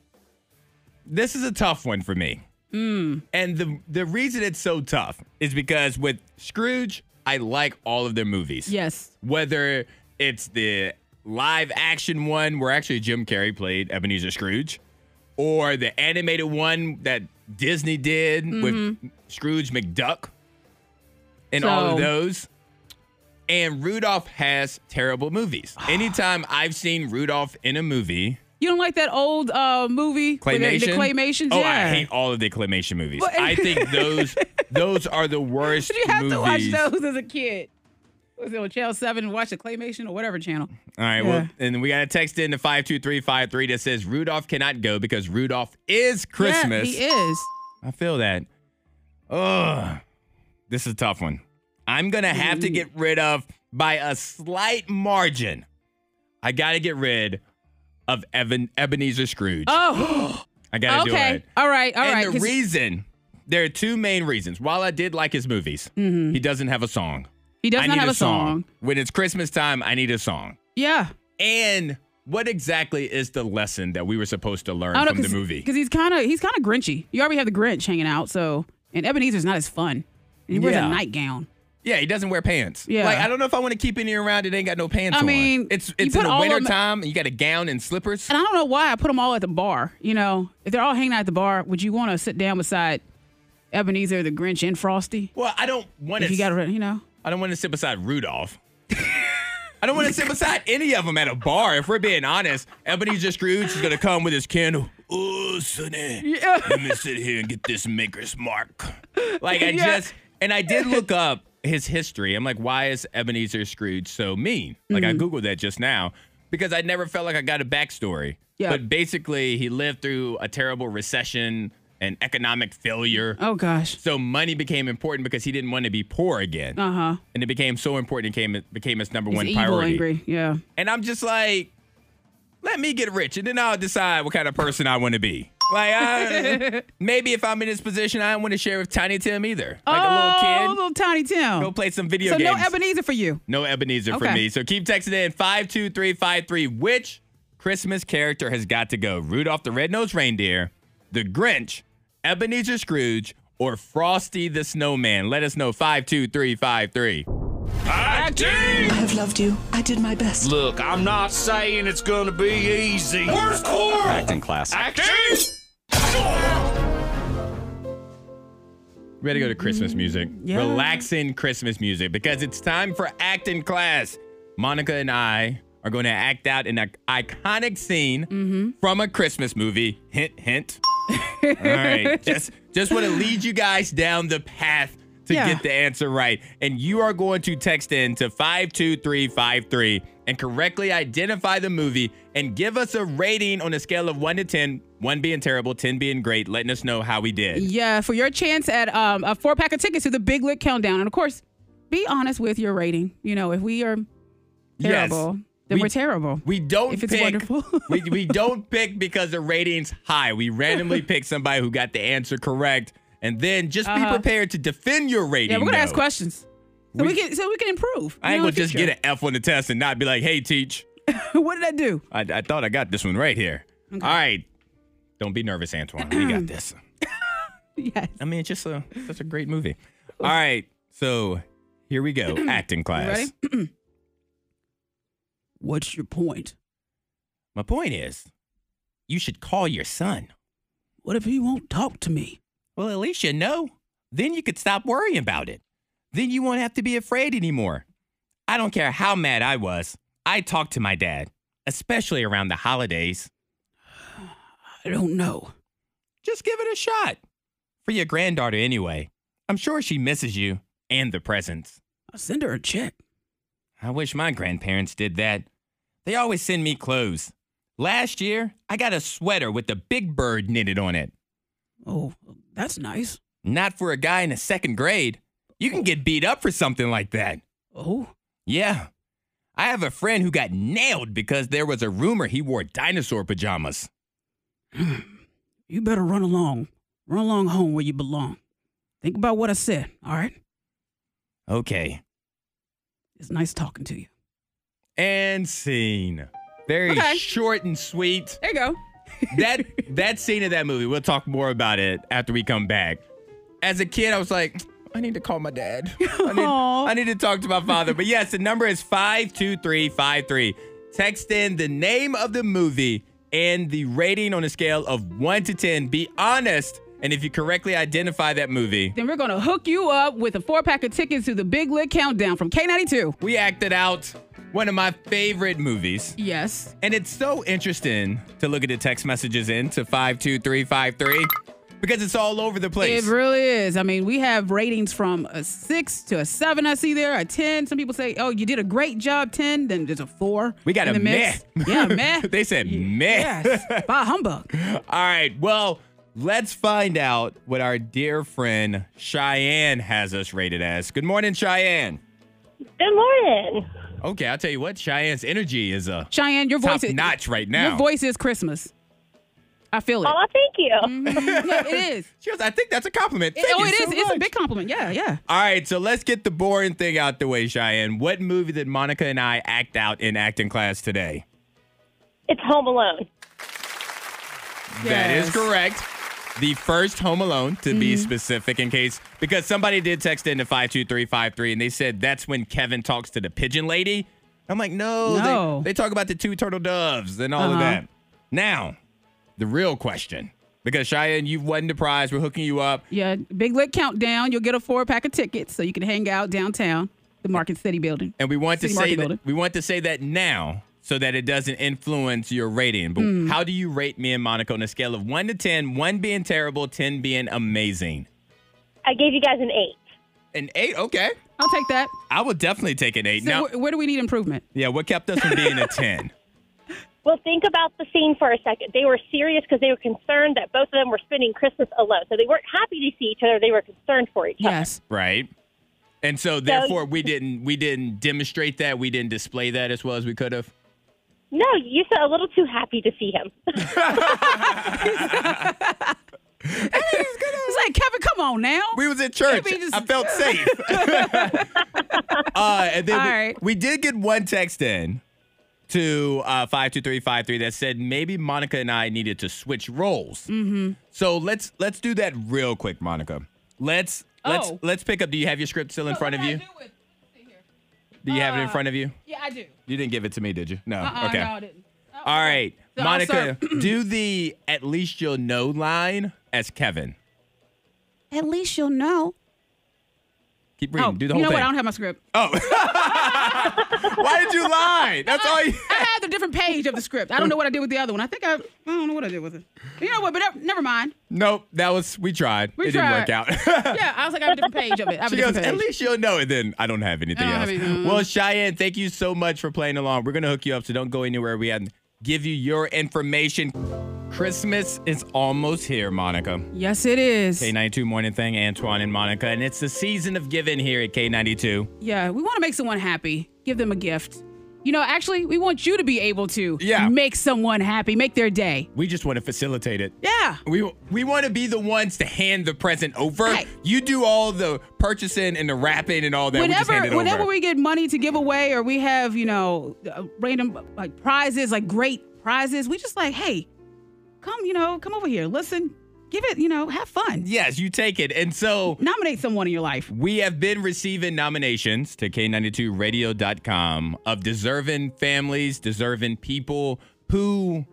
S3: This is a tough one for me.
S4: Mm.
S3: And the the reason it's so tough is because with Scrooge, I like all of their movies
S4: Yes.
S3: whether it's the live action one where actually Jim Carrey played Ebenezer Scrooge or the animated one that Disney did with Scrooge McDuck and all of
S4: Mm-hmm. So-
S3: those. And Rudolph has terrible movies. Anytime I've seen Rudolph in a movie,
S4: You don't like that old uh, movie? with the-
S3: claymation,
S4: The, Claymations?
S3: Oh,
S4: yeah.
S3: I hate all of the claymation movies.
S4: Well,
S3: I think those those are the worst
S4: Did you have
S3: movies.
S4: to watch those as a kid? Was it on Channel 7 watch the Claymation or whatever channel?
S3: All right.
S4: Yeah.
S3: Well, and we got a text in to 52353 that says Rudolph cannot go because Rudolph is Christmas.
S4: Yeah, he is.
S3: I feel that. Ugh. This is a tough one. I'm going to have
S4: Mm-hmm.
S3: to get rid of by a slight margin. I got to get rid of Evan, Ebenezer Scrooge.
S4: Oh,
S3: I got to do
S4: okay.
S3: it.
S4: All right, all
S3: and
S4: right.
S3: the
S4: 'cause-
S3: reason, there are two main reasons. While I did like his movies, he doesn't have a song.
S4: He does
S3: I
S4: not
S3: need
S4: Mm-hmm. have a song.
S3: When it's Christmas time, I need a song.
S4: Yeah.
S3: And what exactly is the lesson that we were supposed to learn from the movie?
S4: Because he's kind of he's kind of grinchy. You already have the Grinch hanging out, so and Ebenezer's not as fun. And he wears
S3: Yeah.
S4: a nightgown.
S3: Yeah, he doesn't wear pants.
S4: Yeah.
S3: Like, I don't know if I want to keep any around that ain't got no pants
S4: I
S3: on.
S4: mean,
S3: it's
S4: you
S3: it's in
S4: put
S3: the
S4: all of
S3: winter
S4: them-
S3: time and you got a gown and slippers.
S4: And I don't know why I put them all at the bar. You know, if they're all hanging out at the bar, would you want to sit down beside Ebenezer the Grinch and Frosty?
S3: Well, I don't want
S4: If you
S3: to
S4: got to, you know.
S3: I don't want to sit beside Rudolph. I don't want to sit beside any of them at a bar. If we're being honest, Ebenezer Scrooge is gonna come with his candle. Oh, sonny, let me sit here and get this maker's mark. Like I
S4: Yeah.
S3: just and I did look up his history. I'm like, why is Ebenezer Scrooge so mean? Like
S4: Mm.
S3: I googled that just now because I never felt like I got a backstory.
S4: Yeah.
S3: But basically, he lived through a terrible recession and economic failure.
S4: Oh gosh.
S3: So money became important because he didn't want to be poor again.
S4: Uh huh.
S3: And it became so important it became, it became his number
S4: He's
S3: one
S4: evil,
S3: priority.
S4: angry. Yeah.
S3: And I'm just like, let me get rich and then I'll decide what kind of person I want to be. Like, I, maybe if I'm in this position, I don't want to share with Tiny Tim either. Like a
S4: oh,
S3: little kid,
S4: little Tiny Tim.
S3: go play some video
S4: so
S3: games.
S4: no Ebenezer for you.
S3: No Ebenezer for
S4: Okay.
S3: me. So keep texting in 52353. Which Christmas character has got to go? Rudolph the Red-Nosed Reindeer, the Grinch, Ebenezer Scrooge, or Frosty the Snowman? Let us know 52353.
S2: Acting!
S5: I've loved you. I did my best.
S6: Look, I'm not saying it's gonna be easy.
S2: Where's Cora?
S7: Acting class.
S2: Acting!
S3: Ready to go to Christmas music.
S4: Mm, Yeah.
S3: Relaxing Christmas music because it's time for acting class. Monica and I are going to act out an iconic scene
S4: Mm-hmm.
S3: from a Christmas movie. Hint, hint. All right. Just, just want to lead you guys down the path to
S4: Yeah.
S3: get the answer right. And you are going to text in to 52353 and correctly identify the movie and give us a rating on a scale of 1 to 10, 1 being terrible, 10 being great, letting us know how we did.
S4: Yeah, for your chance at um, a four pack of tickets to the Big Lick Countdown, and of course, be honest with your rating. You know, if we are terrible, then
S3: We-
S4: we, are terrible.
S3: We don't
S4: If it's
S3: pick,
S4: wonderful.
S3: we, we don't pick because the ratings high. We randomly pick somebody who got the answer correct, and then just be prepared to defend your rating.
S4: Uh-huh. yeah, we're gonna ask
S3: though.
S4: questions so we,
S3: We-
S4: can so we can improve.
S3: I ain't gonna just get an F on the test and not be like, "Hey, teach,
S4: it. what did I do?
S3: I, I thought I got this one right here." All right, don't be nervous, Antoine. we got this.
S4: Yes.
S3: I mean, it's just a such a great movie. All right, so here we go, acting class.
S4: ready? What's your point?
S3: My point is, you should call your son.
S4: What if he won't talk to me?
S3: Well, at least you know. Then you could stop worrying about it. Then you won't have to be afraid anymore. I don't care how mad I was. I talked to my dad, especially around the holidays.
S4: I don't know.
S3: Just give it a shot. For your granddaughter, anyway. I'm sure she misses you and the presents.
S4: I'll send her a check.
S3: I wish my grandparents did that. They always send me clothes. Last year, I got a sweater with the big bird knitted on it.
S4: Oh, that's nice.
S3: Not for a guy in the second grade. You can get beat up for something like that.
S4: Oh,
S3: Yeah. I have a friend who got nailed because there was a rumor he wore dinosaur pajamas.
S4: you better run along. Run along home where you belong. Think about what I said, all right?
S3: Okay.
S4: It's nice talking to you.
S3: And scene. Very
S4: Okay.
S3: short and sweet.
S4: There you go.
S3: That that scene of that movie, we'll talk more about it after we come back. As a kid, I was like, I need to call my dad. I need,
S4: Aw.
S3: I need to talk to my father. But yes, the number is 52353. Text in the name of the movie and the rating on a scale of 1 to 10. Be honest. And if you correctly identify that movie,
S4: Then we're going to hook you up with a four pack of tickets to the Big Lit Countdown from K92.
S3: we acted out one of my favorite movies.
S4: Yes.
S3: And it's so interesting to look at the text messages in to 52353 because it's all over the place.
S4: It really is. I mean, we have ratings from a six to a seven, I see there, a 10. Some people say, oh, you did a great job, 10. Then there's a four.
S3: we got
S4: in
S3: a
S4: the
S3: meh.
S4: mix. Yeah, meh.
S3: they said meh.
S4: yes. Bah humbug.
S3: All right. Well, let's find out what our dear friend Cheyenne has us rated as. Good morning, Cheyenne.
S8: Good morning.
S3: Okay, I'll tell you what, Cheyenne's energy is a
S4: Cheyenne, your
S3: top
S4: voice is
S3: notch right now.
S4: Your voice is Christmas. I feel it.
S8: Oh, thank you.
S4: Yeah, it is.
S3: She goes, I think that's a compliment.
S4: It,
S3: Thank
S4: oh,
S3: you
S4: it
S3: so
S4: is. It's a
S3: much."
S4: big compliment. Yeah, yeah.
S3: All right, so let's get the boring thing out the way, Cheyenne. What movie did Monica and I act out in acting class today?
S8: It's Home Alone.
S3: That
S4: Yes. Mm-hmm.
S3: is correct. The first Home Alone, to be specific, in case, because somebody did text into 52353 and they said that's when Kevin talks to the pigeon lady. I'm like, no, they-
S4: No.
S3: They, talk about the two turtle doves and all
S4: Uh-huh.
S3: of that. Now, the real question, because Cheyenne, you've won the prize. We're hooking you up.
S4: Yeah, big lit countdown. You'll get a four pack of tickets so you can hang out downtown, the Market City building.
S3: And we want
S4: City
S3: to
S4: Market
S3: say
S4: building.
S3: that, we want to say that now so that it doesn't influence your rating. But
S4: Hmm.
S3: how do you rate me and Monica on a scale of 1 to 10, 1 being terrible, 10 being amazing?
S8: I gave you guys an eight.
S3: An 8, okay.
S4: I'll take that.
S3: I would definitely take an 8.
S4: So
S3: now,
S4: wh- where do we need improvement?
S3: yeah, what kept us from being a 10?
S8: Well, think about the scene for a second. They were serious because they were concerned that both of them were spending Christmas alone. So they weren't happy to see each other. They were concerned for each other.
S4: Yes.
S3: right? And so therefore we didn't we didn't demonstrate that, we didn't display that as well as we could have.
S8: No, you felt a little too happy to see him.
S4: It's like Kevin, come on now.
S3: We was at church.
S4: Maybe just-
S3: I felt safe. uh, and then
S4: All
S3: we,
S4: right.
S3: we did get one text in to uh, five two three five three that said maybe Monica and I needed to switch roles. Mm-hmm. So let's let's do that real quick, Monica. Let's let's
S4: Oh.
S3: let's pick up. Do you have your script still in front of you? Do you have it in front of you?
S4: Yeah, I do.
S3: You didn't give it to me, did you? No. okay.
S4: No, Uh-uh, I didn't.
S3: All right,
S4: So I'll
S3: Monica, do the at least you'll know line as Kevin.
S4: At least you'll know.
S3: Keep reading.
S4: oh,
S3: do the
S4: you
S3: whole thing.
S4: know
S3: Oh.
S4: what? I don't have my script.
S3: Why did you lie? That's all you.
S4: I had the different page of the script. I don't know what I did with the other one. I think I, I don't know what I did with it. You know what? But never- never mind.
S3: Nope, that was we tried.
S4: We
S3: it
S4: tried.
S3: didn't work out.
S4: Yeah, I was like, I have a different page of it. I have a
S3: she goes,
S4: different
S3: at
S4: page.
S3: least you'll know. And then I don't have anything
S4: I don't
S3: else.
S4: have anything.
S3: Well, Cheyenne, thank you so much for playing along. We're gonna hook you up, so don't go anywhere. We had give you your information. Christmas is almost here, Monica.
S4: Yes, it is.
S3: K92 morning thing, Antoine and Monica, and it's the season of giving here at K92.
S4: Yeah, we want to make someone happy. Give them a gift. You know, actually, we want you to be able to
S3: Yeah.
S4: make someone happy, make their day.
S3: We just want to facilitate it.
S4: Yeah.
S3: We we want to be the ones to hand the present over.
S4: Hey.
S3: You do all the purchasing and the wrapping and all that. we just hand it
S4: whenever whenever
S3: over.
S4: we get money to give away or we have, you know, uh, random like prizes, like great prizes, we just like, hey, come, you know, come over here, listen, give it, you know, have fun.
S3: yes, you take it. And so
S4: Nominate someone in your life.
S3: we have been receiving nominations to K92radio.com of deserving families, deserving people who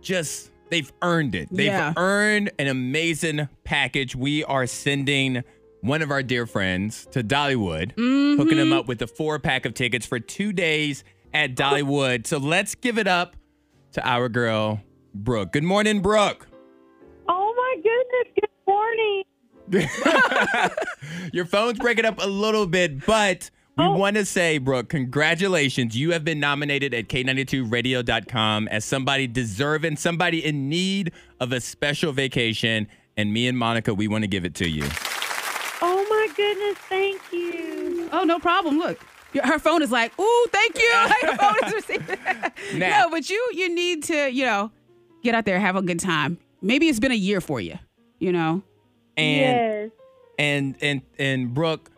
S3: just they've earned it. They've
S4: Yeah.
S3: earned an amazing package. We are sending one of our dear friends to Dollywood, hooking him up with a four pack of tickets for two days at Dollywood. so let's give it up to our girl, Brooke. Good morning, Brooke.
S8: oh my goodness! Good morning.
S3: Your phone's breaking up a little bit, but we
S8: Oh.
S3: want to say, Brooke, congratulations. You have been nominated at K92radio.com as somebody deserving, somebody in need of a special vacation. And me and Monica, we want to give it to you.
S8: Oh my goodness! Thank you.
S4: Oh, no problem. Look. your- Her phone is like, ooh, thank you. Like, her phone is receiving.
S3: Now-
S4: No, but you you need to, you know, get out there, have a good time. Maybe it's been a year for you, you know.
S3: And
S8: yes.
S3: and and and Brooke,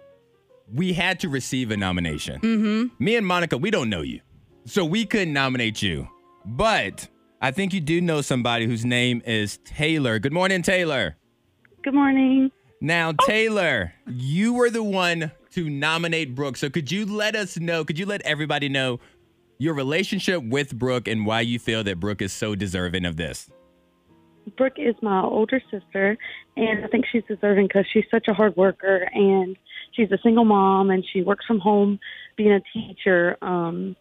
S3: we had to receive a nomination. Mm-hmm. Me and Monica, we don't know you, so we couldn't nominate you. But I think you do know somebody whose name is Taylor. Good morning, Taylor.
S8: Good morning.
S3: Now,
S4: Oh.
S3: Taylor, you were the one to nominate Brooke. So could you let us know? Could you let everybody know your relationship with Brooke and why you feel that Brooke is so deserving of this?
S7: Brooke is my older sister, and I think she's deserving because she's such a hard worker and she's a single mom and she works from home being a teacher um,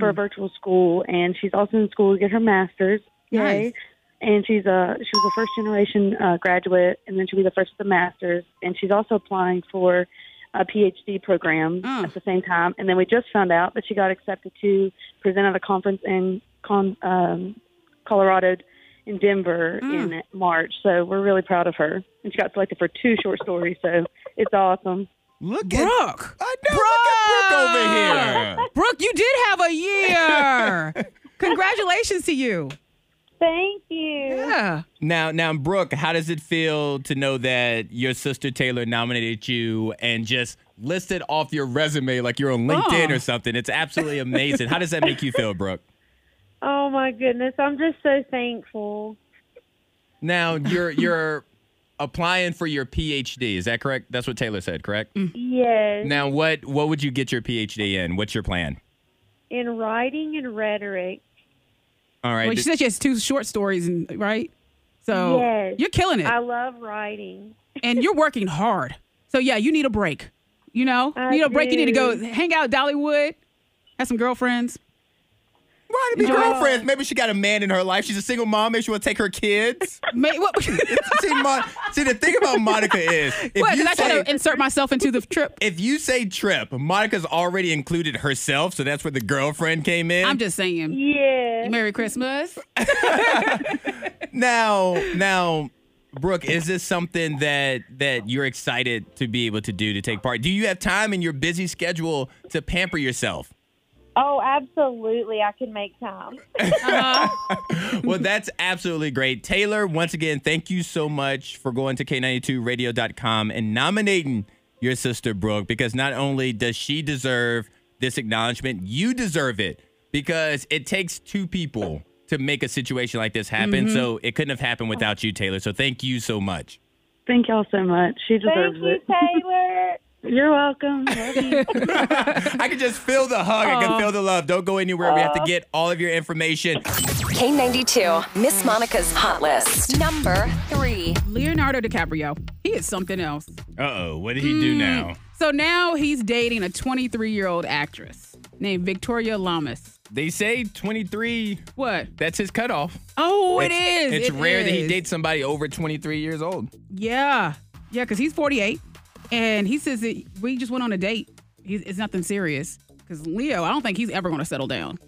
S7: for a virtual school and she's also in school to get her master's. Yay!
S4: Nice.
S7: And she's a she was a first generation uh, graduate, and then she'll be the first with a master's, and she's also applying for a PhD program
S4: Mm.
S7: at the same time. And then we just found out that she got accepted to present at a conference in con, um, Colorado in Denver
S4: Mm.
S7: in March. So we're really proud of her. And she got selected for two short stories, so it's awesome.
S3: Look
S4: Brooke.
S3: I know, look at Brooke over here.
S4: Brooke, you did have a year. Congratulations to you.
S8: Thank you.
S4: Yeah.
S3: Now, now, Brooke, how does it feel to know that your sister Taylor nominated you and just listed off your resume like you're on LinkedIn
S4: Oh.
S3: or something? It's absolutely amazing. how does that make you feel, Brooke?
S8: Oh my goodness! I'm just so thankful.
S3: Now, your your applying for your PhD. Is that correct? That's what Taylor said, correct?
S7: Yes,
S3: Now, what what would you get your PhD in? What's your plan?
S7: in writing and rhetoric.
S3: All right.
S4: Well, she said she has two short stories, and right? So
S7: Yes.
S4: you're killing it,
S7: I love writing.
S4: and you're working hard. So yeah, you need a break. You know,
S7: I
S4: you need a break. You need to go
S7: do.
S4: hang out, at Dollywood, have some girlfriends.
S3: Right, to be girlfriends. Maybe she got a man in her life. She's a single mom. Maybe she want to take her kids.
S4: May, what,
S3: see, Mon- see, the thing about Monica is if
S4: what?
S3: you
S4: Did I try
S3: say-
S4: to insert myself into the trip?
S3: if you say trip, Monica's already included herself, so that's where the girlfriend came in.
S4: I'm just saying.
S7: Yes.
S4: Merry Christmas.
S3: now, now, Brooke, is this something that that you're excited to be able to do to take part? Do you have time in your busy schedule to pamper yourself?
S8: Oh, absolutely. I can make time.
S3: well, that's absolutely great. Taylor, once again, thank you so much for going to K92radio.com and nominating your sister, Brooke, because not only does she deserve this acknowledgement, you deserve it because it takes two people to make a situation like this happen. So it couldn't have happened without you, Taylor. So thank you so much.
S7: Thank y'all so much. She
S8: Thank
S7: deserves
S8: you,
S7: it.
S8: Taylor.
S7: You're welcome. Love you.
S3: I can just feel the hug. I can feel the love. Don't go anywhere. We have to get all of your information.
S1: K92, Miss Monica's Hot List. Number three.
S4: Leonardo DiCaprio. He is something else.
S3: Uh oh, what did he do now?
S4: So now he's dating a 23 year old actress named Victoria Lamas.
S3: They say 23,
S4: What?
S3: that's his cutoff.
S4: Oh, it
S3: it's,
S4: is.
S3: It's
S4: It
S3: rare that he
S4: is.
S3: dates somebody over 23 years old.
S4: Yeah, yeah, because he's 48, and he says that we just went on a date. He's, it's nothing serious. Because Leo, I don't think he's ever going to settle down.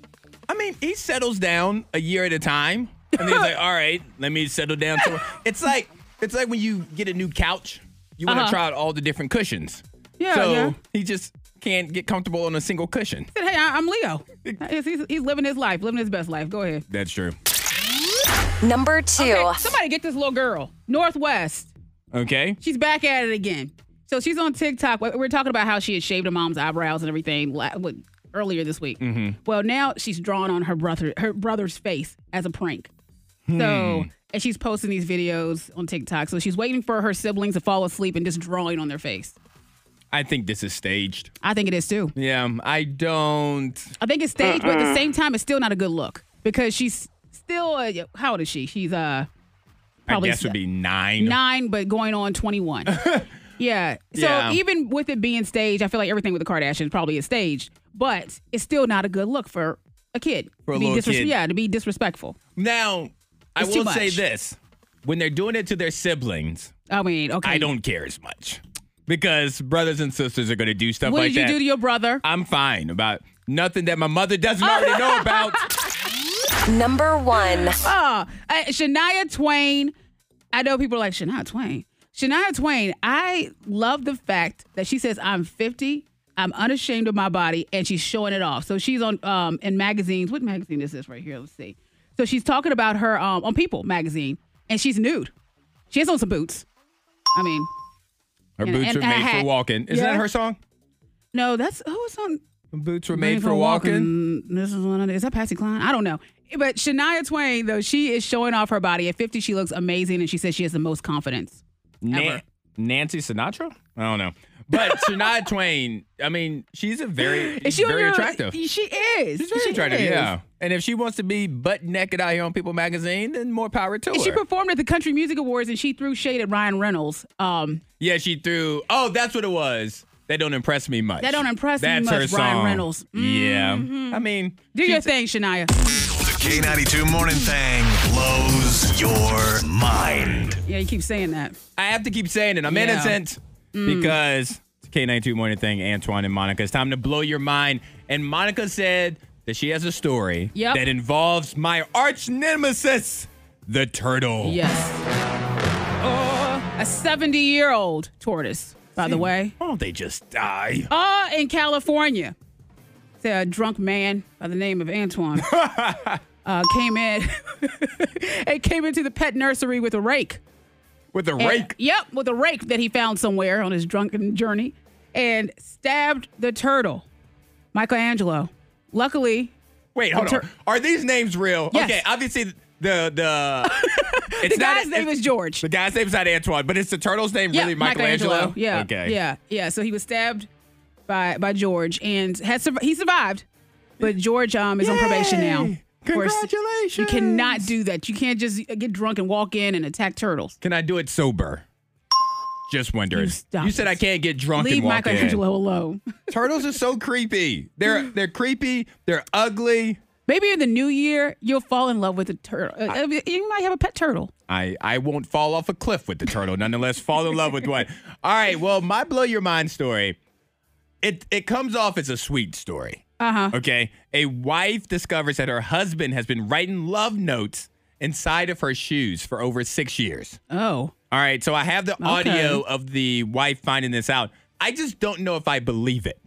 S3: I mean, he settles down a year at a time, and then he's like, "All right, let me settle down." somewhere." it's like it's like when you get a new couch, you want to
S4: Uh-huh.
S3: try out all the different cushions.
S4: Yeah,
S3: so
S4: yeah.
S3: he just can't get comfortable on a single cushion.
S4: He said, "Hey, I, I'm Leo. He's, he's- he's living his life, living his best life. Go ahead.
S3: That's true.
S1: Number two.
S4: Okay, somebody get this little girl, Northwest.
S3: Okay.
S4: She's back at it again. So she's on TikTok. We we were talking about how she had shaved her mom's eyebrows and everything la- what- earlier this week.
S3: Mm-hmm.
S4: Well, now she's drawn on her brother her brother's face as a prank.
S3: Hmm.
S4: So and she's posting these videos on TikTok. So she's waiting for her siblings to fall asleep and just drawing on their face.
S3: I think this is staged.
S4: I think it is too.
S3: Yeah, I don't.
S4: I think it's staged, but at the same time, it's still not a good look because she's still uh, how old is she? She's uh Probably
S3: I guess
S4: so.
S3: would be nine.
S4: nine, but going on 21. yeah. So
S3: Yeah.
S4: even with it being staged, I feel like everything with the Kardashians probably is staged, but it's still not a good look for a kid.
S3: For a
S4: To be
S3: little kid.
S4: Yeah, to be disrespectful.
S3: Now, I
S4: It's too
S3: will say
S4: much.
S3: this: when they're doing it to their siblings,
S4: I mean, okay.
S3: I don't care as much because brothers and sisters are going to do stuff
S4: What
S3: like
S4: did you
S3: that.
S4: do to your brother?
S3: I'm fine about nothing that my mother doesn't already know about.
S1: Number one.
S4: Oh, uh, Shania Twain. I know people are like Shania Twain. Shania Twain. I love the fact that she says I'm 50. I'm unashamed of my body, and she's showing it off. So she's on um in magazines. What magazine is this right here? Let's see. So she's talking about her um on People magazine, and she's nude. She has on some boots. I mean,
S3: Her
S4: And-
S3: boots
S4: and
S3: were
S4: I
S3: made
S4: had-
S3: for walking. Isn't
S4: Yeah.
S3: that her song?
S4: no, that's who was on Mm,
S3: Boots were made, for, walking.
S4: This is one of the, is that Patsy Cline? I don't know. But Shania Twain, though, she is showing off her body. At 50, she looks amazing, and she says she has the most confidence. Ever.
S3: Nancy Sinatra? I don't know. But Shania Twain, I mean, she's a very
S4: Is she on
S3: very
S4: your-
S3: attractive.
S4: She is.
S3: She's very
S4: She
S3: attractive,
S4: is.
S3: yeah. And if she wants to be butt naked out here on People magazine, then more power to
S4: And
S3: her.
S4: she performed at the Country Music Awards and she threw shade at Ryan Reynolds. Um,
S3: yeah, she threw. Oh, that's what it was. That don't impress me much.
S4: That don't impress me
S3: that's
S4: much,
S3: her
S4: Ryan
S3: song.
S4: Reynolds. Mm-hmm.
S3: Yeah. I mean,
S4: do your
S3: she's-
S4: thing, Shania.
S6: The K92 Morning Thing blows your mind.
S4: Yeah, you keep saying that.
S3: I have to keep saying it. I'm
S4: Yeah. Mm.
S3: innocent because it's K92 Morning Thing, Antoine and Monica. It's time to blow your mind. And Monica said that she has a story
S4: Yep.
S3: that involves my arch nemesis, the turtle.
S4: Yes. Oh, a 70 year old tortoise, by the way.
S3: Why don't they just die?
S4: Uh, in California. Say a drunk man by the name of Antoine uh, came in and came into the pet nursery with a rake.
S3: With a
S4: And-
S3: rake.
S4: Yep, with a rake that he found somewhere on his drunken journey and stabbed the turtle, Michelangelo. Luckily,
S3: Wait, hold
S4: tur-
S3: on. Are these names real?
S4: Yes.
S3: Okay, obviously the the
S4: the
S3: It's not-
S4: guy's name
S3: it's-
S4: is George.
S3: The guy's name's not Antoine, but it's the turtle's name really Michelangelo?
S4: Yeah.
S3: Okay.
S4: Yeah. Yeah. So he was stabbed by by George and had surv- he survived, but George um is on probation now.
S3: Yay!
S4: Of course, You
S3: Congratulations!
S4: cannot do that. You can't just get drunk and walk in and attack turtles.
S3: Can I do it sober? Just wondering.
S4: You stop
S3: said
S4: it.
S3: I can't get drunk and
S4: Leave
S3: walk
S4: Michelangelo alone.
S3: in. Turtles are so creepy. They're they're creepy. They're ugly.
S4: Maybe in the new year you'll fall in love with a turtle. Uh, uh, you might have a pet turtle.
S3: I, I won't fall off a cliff with the turtle, nonetheless, fall in love with one. All right, well, my blow your mind story, it it comes off as a sweet story.
S4: Uh huh.
S3: Okay. A wife discovers that her husband has been writing love notes inside of her shoes for over six years.
S4: Oh.
S3: All right. So I have the audio of the wife finding this out. I just don't know if I believe it.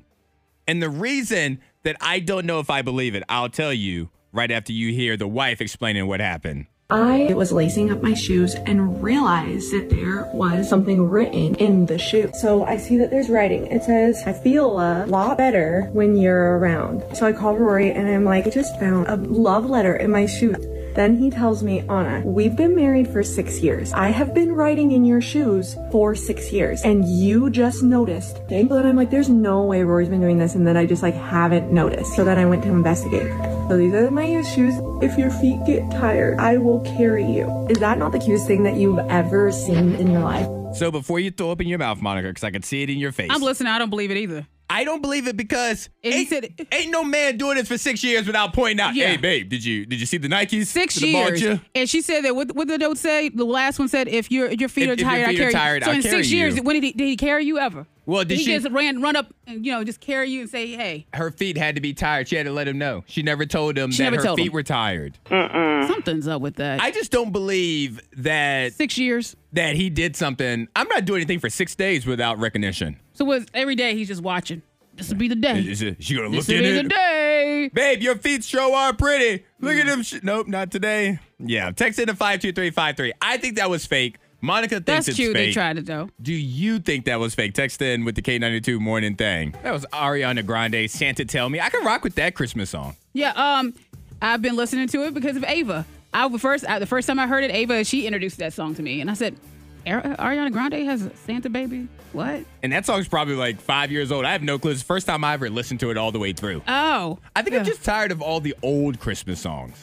S3: And the reason that I don't know if I believe it, I'll tell you right after you hear the wife explaining what happened.
S9: I was lacing up my shoes and realized that there was something written in the shoe. So I see that there's writing. It says, I feel a lot better when you're around. So I call Rory and I'm like, I just found a love letter in my shoe. Then he tells me, Anna, we've been married for six years. I have been writing in your shoes for six years, and you just noticed. Okay? So then I'm like, there's no way Rory's been doing this, and then I just like haven't noticed. So then I went to investigate. So these are my shoes. If your feet get tired, I will carry you. Is that not the cutest thing that you've ever seen in your life?
S3: So before you throw up in your mouth, Monica, because I can see it in your face.
S4: I'm listening. I don't believe it either.
S3: I don't believe it because
S4: And he
S3: ain't,
S4: said-
S3: ain't no man doing this for six years without pointing out,
S4: Yeah.
S3: hey babe, did you did you see the Nikes?
S4: Six
S3: that I bought
S4: years,
S3: you?"
S4: and she said that what, what the note say. The last one said, "If your your feet
S3: If-
S4: are
S3: if your feet
S4: tired,
S3: are
S4: I carry
S3: tired,
S4: you." So
S3: I
S4: in six
S3: carry
S4: years,
S3: you.
S4: when did he, did he carry you ever?
S3: Well, did
S4: he
S3: she-
S4: just ran run up and you know just carry you and say, "Hey,
S3: her feet had to be tired. She had to let him know. She never told him
S4: She
S3: that
S4: never
S3: her
S4: told
S3: feet
S4: him.
S3: were tired.
S4: something's up with that."
S3: Mm-hmm. I just don't believe that
S4: six years.
S3: that he did something. I'm not doing anything for six days without recognition.
S4: So was every day he's just watching. This will be the day.
S3: Is it- she gonna
S4: This
S3: look
S4: will
S3: in
S4: be the
S3: it?
S4: day. Mm.
S3: Babe, your feet sure are pretty. Look at them. Sh- nope, not today. Yeah, text into five two three five three. I think that was fake. Monica thinks
S4: That's
S3: it's
S4: cute. They
S3: fake.
S4: tried it though.
S3: Do you think that was fake? Text in with the K92 morning thing. That was Ariana Grande. Santa tell me. I can rock with that Christmas song.
S4: Yeah. Um, I've been listening to it because of Ava. I was first I, the first time I heard it, Ava she introduced that song to me, and I said, "Ari- "Ariana Grande has a Santa baby. What?
S3: And that song's probably like five years old. I have no clue. It's the first time I ever listened to it all the way through.
S4: Oh,
S3: I think I'm
S4: Ugh.
S3: just tired of all the old Christmas songs.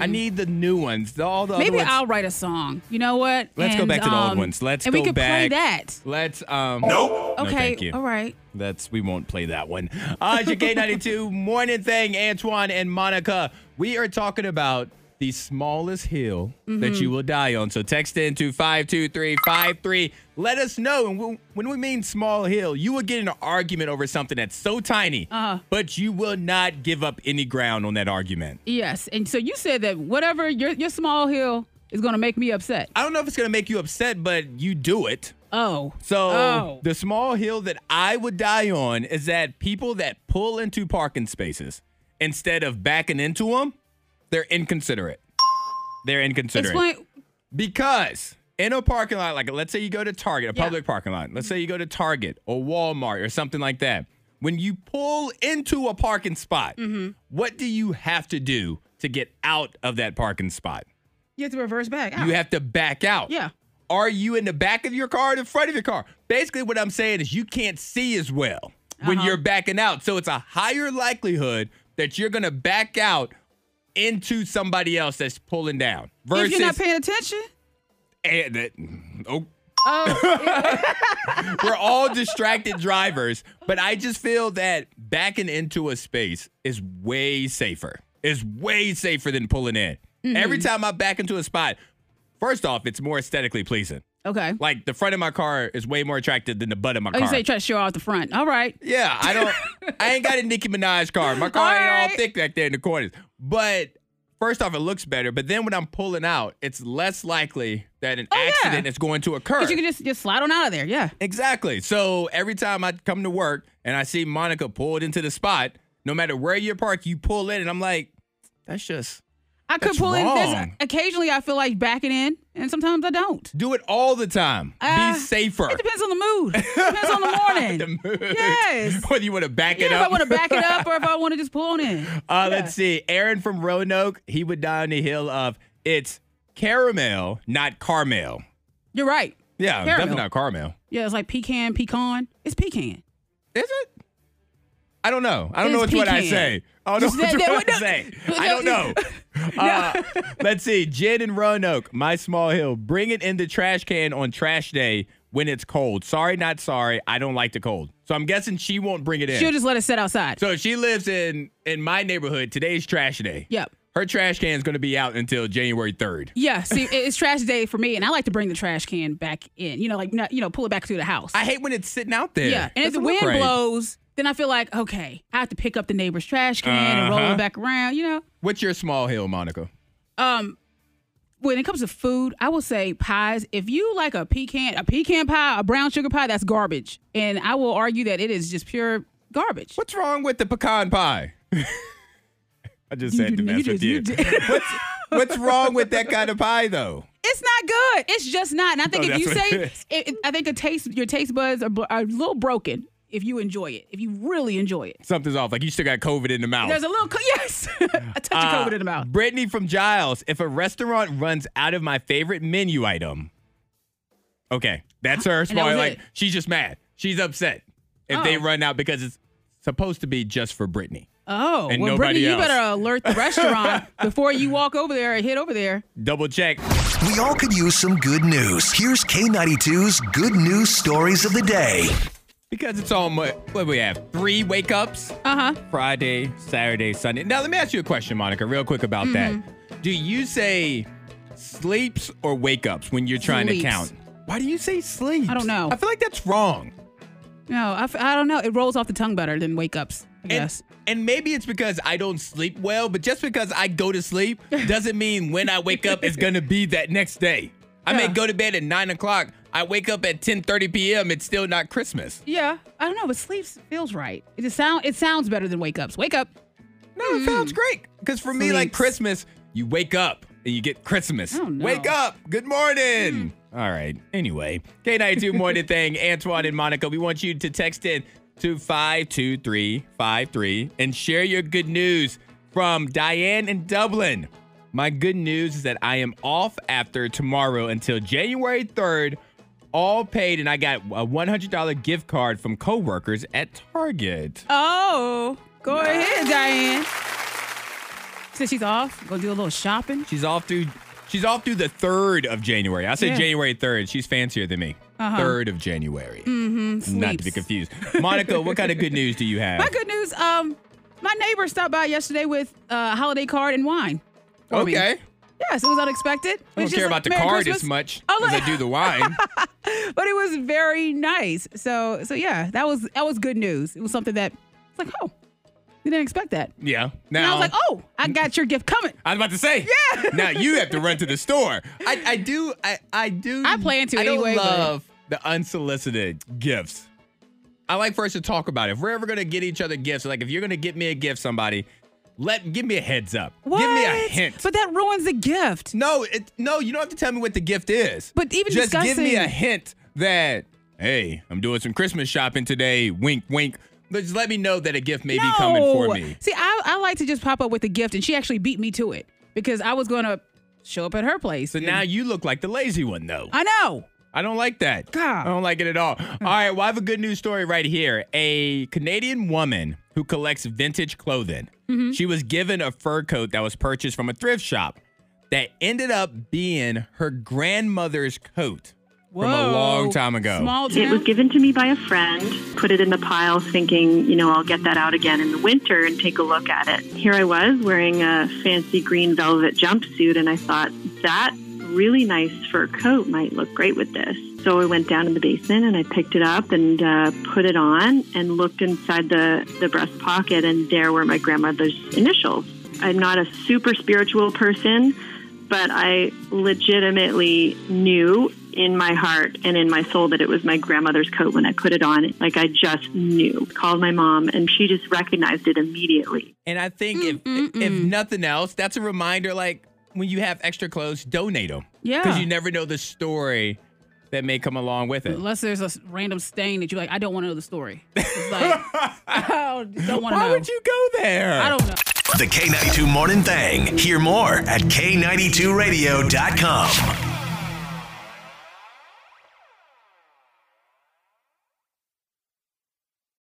S3: I need the new ones. the- All the other
S4: Mm, Maybe
S3: ones.
S4: I'll write a song. You know what?
S3: Let's go
S4: And,
S3: back to the old
S4: um,
S3: ones. Let's
S4: and
S3: go
S4: we could play
S3: back.
S4: that.
S3: Let's um.
S6: Nope.
S3: No,
S4: Okay.
S3: thank you.
S4: All right.
S3: That's we won't play that one. Uh, it's your K92 morning thing, Antoine and Monica. We are talking about the smallest hill that you will die on. So text in to five two three five three. Let us know. And we, when we mean small hill, you will get in an argument over something that's so tiny,
S4: Uh-huh.
S3: but you will not give up any ground on that argument.
S4: Yes. And so you said that whatever your your small hill is going to make me upset.
S3: I don't know if it's gonna make you upset, but you do it.
S4: Oh.
S3: So
S4: Oh.
S3: the small hill that I would die on is that people that pull into parking spaces instead of backing into them, they're inconsiderate. They're inconsiderate
S4: Explain.
S3: because in a parking lot, like let's say you go to Target, a
S4: Yeah.
S3: public parking lot. Let's say you go to Target or Walmart or something like that. When you pull into a parking spot,
S4: Mm-hmm.
S3: what do you have to do to get out of that parking spot?
S4: You have to reverse back.
S3: You have to back out.
S4: Yeah.
S3: Are you in the back of your car or the front of your car? Basically, what I'm saying is you can't see as well when
S4: Uh-huh.
S3: you're backing out. So it's a higher likelihood that you're going to back out into somebody else that's pulling down
S4: if
S3: versus.
S4: you're not paying attention.
S3: eh, that- oh.
S4: Oh.
S3: We're all distracted drivers, but I just feel that backing into a space is way safer. Is way safer than pulling in.
S4: Mm-hmm.
S3: Every time I back into a spot, first off, it's more aesthetically pleasing.
S4: Okay.
S3: Like the front of my car is way more attractive than the butt of my
S4: Oh,
S3: car.
S4: you say try to show off the front. All right.
S3: yeah, I don't. I ain't got a Nicki Minaj car. My car ain't all
S4: Alright.
S3: thick back there in the corners. But first off, it looks better. But then when I'm pulling out, it's less likely that an
S4: Oh, yeah.
S3: accident is going to occur.
S4: But you can just just slide on out of there. Yeah.
S3: Exactly. So every time I come to work and I see Monica pulled into the spot, no matter where you park, you pull in, and I'm like, that's just
S4: I could
S3: That's
S4: pull in. There's,
S3: wrong.
S4: occasionally, I feel like backing in, and sometimes I don't.
S3: do it all the time.
S4: Uh,
S3: Be safer.
S4: It depends on the mood. depends on the morning.
S3: The mood.
S4: Yes.
S3: Whether you want to back
S4: Yeah,
S3: it
S4: if
S3: up.
S4: I want to back it up or if I want to just pull on in.
S3: Uh, Let's see. Aaron from Roanoke, he would die on the hill of it's caramel, not Carmel.
S4: You're right.
S3: Yeah,
S4: Caramel.
S3: definitely not Carmel.
S4: Yeah, it's like pecan, pecan. It's pecan.
S3: Is it? I don't know. I don't
S4: It
S3: know
S4: is
S3: which one I
S4: pecan.
S3: say. I don't know
S4: That-
S3: which
S4: that
S3: one
S4: would
S3: I
S4: not-
S3: say.
S4: no,
S3: I don't know. Uh, let's see. Jen and Roanoke, my small hill. Bring it in the trash can on trash day when it's cold. Sorry, not sorry. I don't like the cold. So I'm guessing she won't bring it in.
S4: She'll just let it sit outside.
S3: so she lives in in my neighborhood. Today's trash day.
S4: Yep.
S3: Her trash can is going to be out until January 3rd.
S4: Yeah, see, it- it's trash day for me, and I like to bring the trash can back in. You know, like not, you know, pull it back through the house.
S3: I hate when it's sitting out there.
S4: yeah, and if the
S3: Doesn't
S4: wind
S3: look right.
S4: blows, then I feel like okay, I have to pick up the neighbor's trash can and roll
S3: Uh-huh.
S4: it back around. You know,
S3: What's your small hill, Monica?
S4: um, when it comes to food, I will say pies. If you like a pecan, a pecan pie, a brown sugar pie, that's garbage, and I will argue that it is just pure garbage.
S3: What's wrong with the pecan pie? I just
S4: You
S3: had to
S4: did- you
S3: mess with
S4: did- you
S3: you.
S4: did.
S3: What's, what's wrong with that kind of pie, though?
S4: It's not good. It's just not. And I think
S3: No,
S4: if you
S3: Oh, that's what
S4: say,
S3: it
S4: it,
S3: is.
S4: it, I think a taste, your taste buds are, bl- are a little broken. If you enjoy it, if you really enjoy it,
S3: Something's off. Like you still got COVID in the mouth.
S4: there's a little co- yes, a touch
S3: Uh,
S4: of COVID in the mouth.
S3: Brittany from Giles. If a restaurant runs out of my favorite menu item, okay, that's her.
S4: And that
S3: Small,
S4: was
S3: like
S4: it.
S3: she's just mad. She's upset if they
S4: Oh.
S3: run out because it's supposed to be just for Brittany.
S4: Oh,
S3: and
S4: well, Brittany,
S3: nobody
S4: you better
S3: else.
S4: alert the restaurant before you walk over there and hit over there.
S3: Double check.
S6: We all could use some good news. Here's K92's good news stories of the day.
S3: Because it's all mu- what do we have three wake ups
S4: Uh huh.
S3: Friday, Saturday, Sunday. Now let me ask you a question, Monica, real quick about
S4: Mm-hmm.
S3: that. Do you say sleeps or wake ups when you're trying
S4: Sleeps.
S3: to count? Why do you say sleeps?
S4: I don't know.
S3: I feel like that's wrong.
S4: No, I, f- I don't know. It rolls off the tongue better than wake ups. I
S3: And-
S4: guess.
S3: And maybe it's because I don't sleep well, but just because I go to sleep doesn't mean when I wake up it's gonna be that next day. I may
S4: Yeah.
S3: go to bed at nine o'clock. I wake up at ten thirty p.m. It's still not Christmas.
S4: yeah, I don't know, but sleep feels right. It just sound it sounds better than wake ups. Wake up.
S3: No, it
S4: Mm.
S3: sounds great. Because for me, like
S4: Sleeps.
S3: Christmas, you wake up and you get Christmas.
S4: Oh, no. Mm.
S3: Wake up. Good morning. All right. Anyway, K92 Morning Thing, Antoine and Monica, we want you to text in to 52353 and share your good news from Diane in Dublin. My good news is that I am off after tomorrow until January 3rd, all paid, and I got a $100 gift card from coworkers at Target.
S4: Oh, go ahead, Diane. Since she's off, go do a little shopping.
S3: She's off through she's off through the third of January. I said
S4: Yeah. Uh-huh.
S3: January third. She's fancier than me. Third of January.
S4: Mm,
S3: Not to be
S4: sleeps.
S3: confused. Monica, what kind of good news do you have?
S4: My good news, um, my neighbor stopped by yesterday with a holiday card and wine. for me.
S3: okay.
S4: Yes, it was unexpected.
S3: I don't care about the card as much
S4: Oh,
S3: as
S4: look.
S3: I do the wine.
S4: But it was very nice. So so yeah, that was that was good news. It was something that it's like, oh, you didn't expect that.
S3: yeah.
S4: And I
S3: Now
S4: was like, oh, I got your gift coming.
S3: I was about to say. Yeah. Now you have to run to the store. I, I do. I, I do.
S4: I plan to
S3: I don't
S4: anyway, but-
S3: love the unsolicited gifts. I like for us to talk about it. If we're ever gonna get each other gifts, like if you're gonna get me a gift, somebody, let give me a heads up.
S4: What?
S3: Give me a hint.
S4: But that ruins the gift.
S3: No, it, no, you don't have to tell me what the gift is.
S4: But even
S3: just give me
S4: discussing-
S3: a hint that hey, I'm doing some Christmas shopping today. Wink, wink. But Just let me know that a gift may be coming for
S4: No.
S3: me.
S4: See, I, I like to just pop up with a gift, and she actually beat me to it because I was going to show up at her place.
S3: So now you look like the lazy one, though.
S4: I know.
S3: I don't like that.
S4: God.
S3: I don't like it at all. All right, well, I have a good news story right here. A Canadian woman who collects vintage clothing.
S4: Mm-hmm.
S3: She was given a fur coat that was purchased from a thrift shop that ended up being her grandmother's coat from a
S4: Whoa.
S3: long time ago.
S4: Small
S10: It was
S4: town.
S10: given to me by a friend, put it in the pile thinking, you know, I'll get that out again in the winter and take a look at it. Here I was wearing a fancy green velvet jumpsuit, and I thought that really nice fur coat might look great with this. So I went down in the basement and I picked it up and uh, put it on and looked inside the, the breast pocket, and there were my grandmother's initials. I'm not a super spiritual person, but I legitimately knew in my heart and in my soul that it was my grandmother's coat when I put it on. Like I just knew. Called my mom and she just recognized it immediately.
S3: And I think if
S4: Mm,
S3: if nothing else, that's a reminder. Like when you have extra clothes, donate them.
S4: Yeah.
S3: because you never know the story that may come along with it.
S4: Unless there's a s- random stain that you're like, I don't want to know the story. It's like, I don't want to know.
S3: Why would you go there?
S4: I don't know.
S6: The K92 Morning Thing. Hear more at K92Radio.com.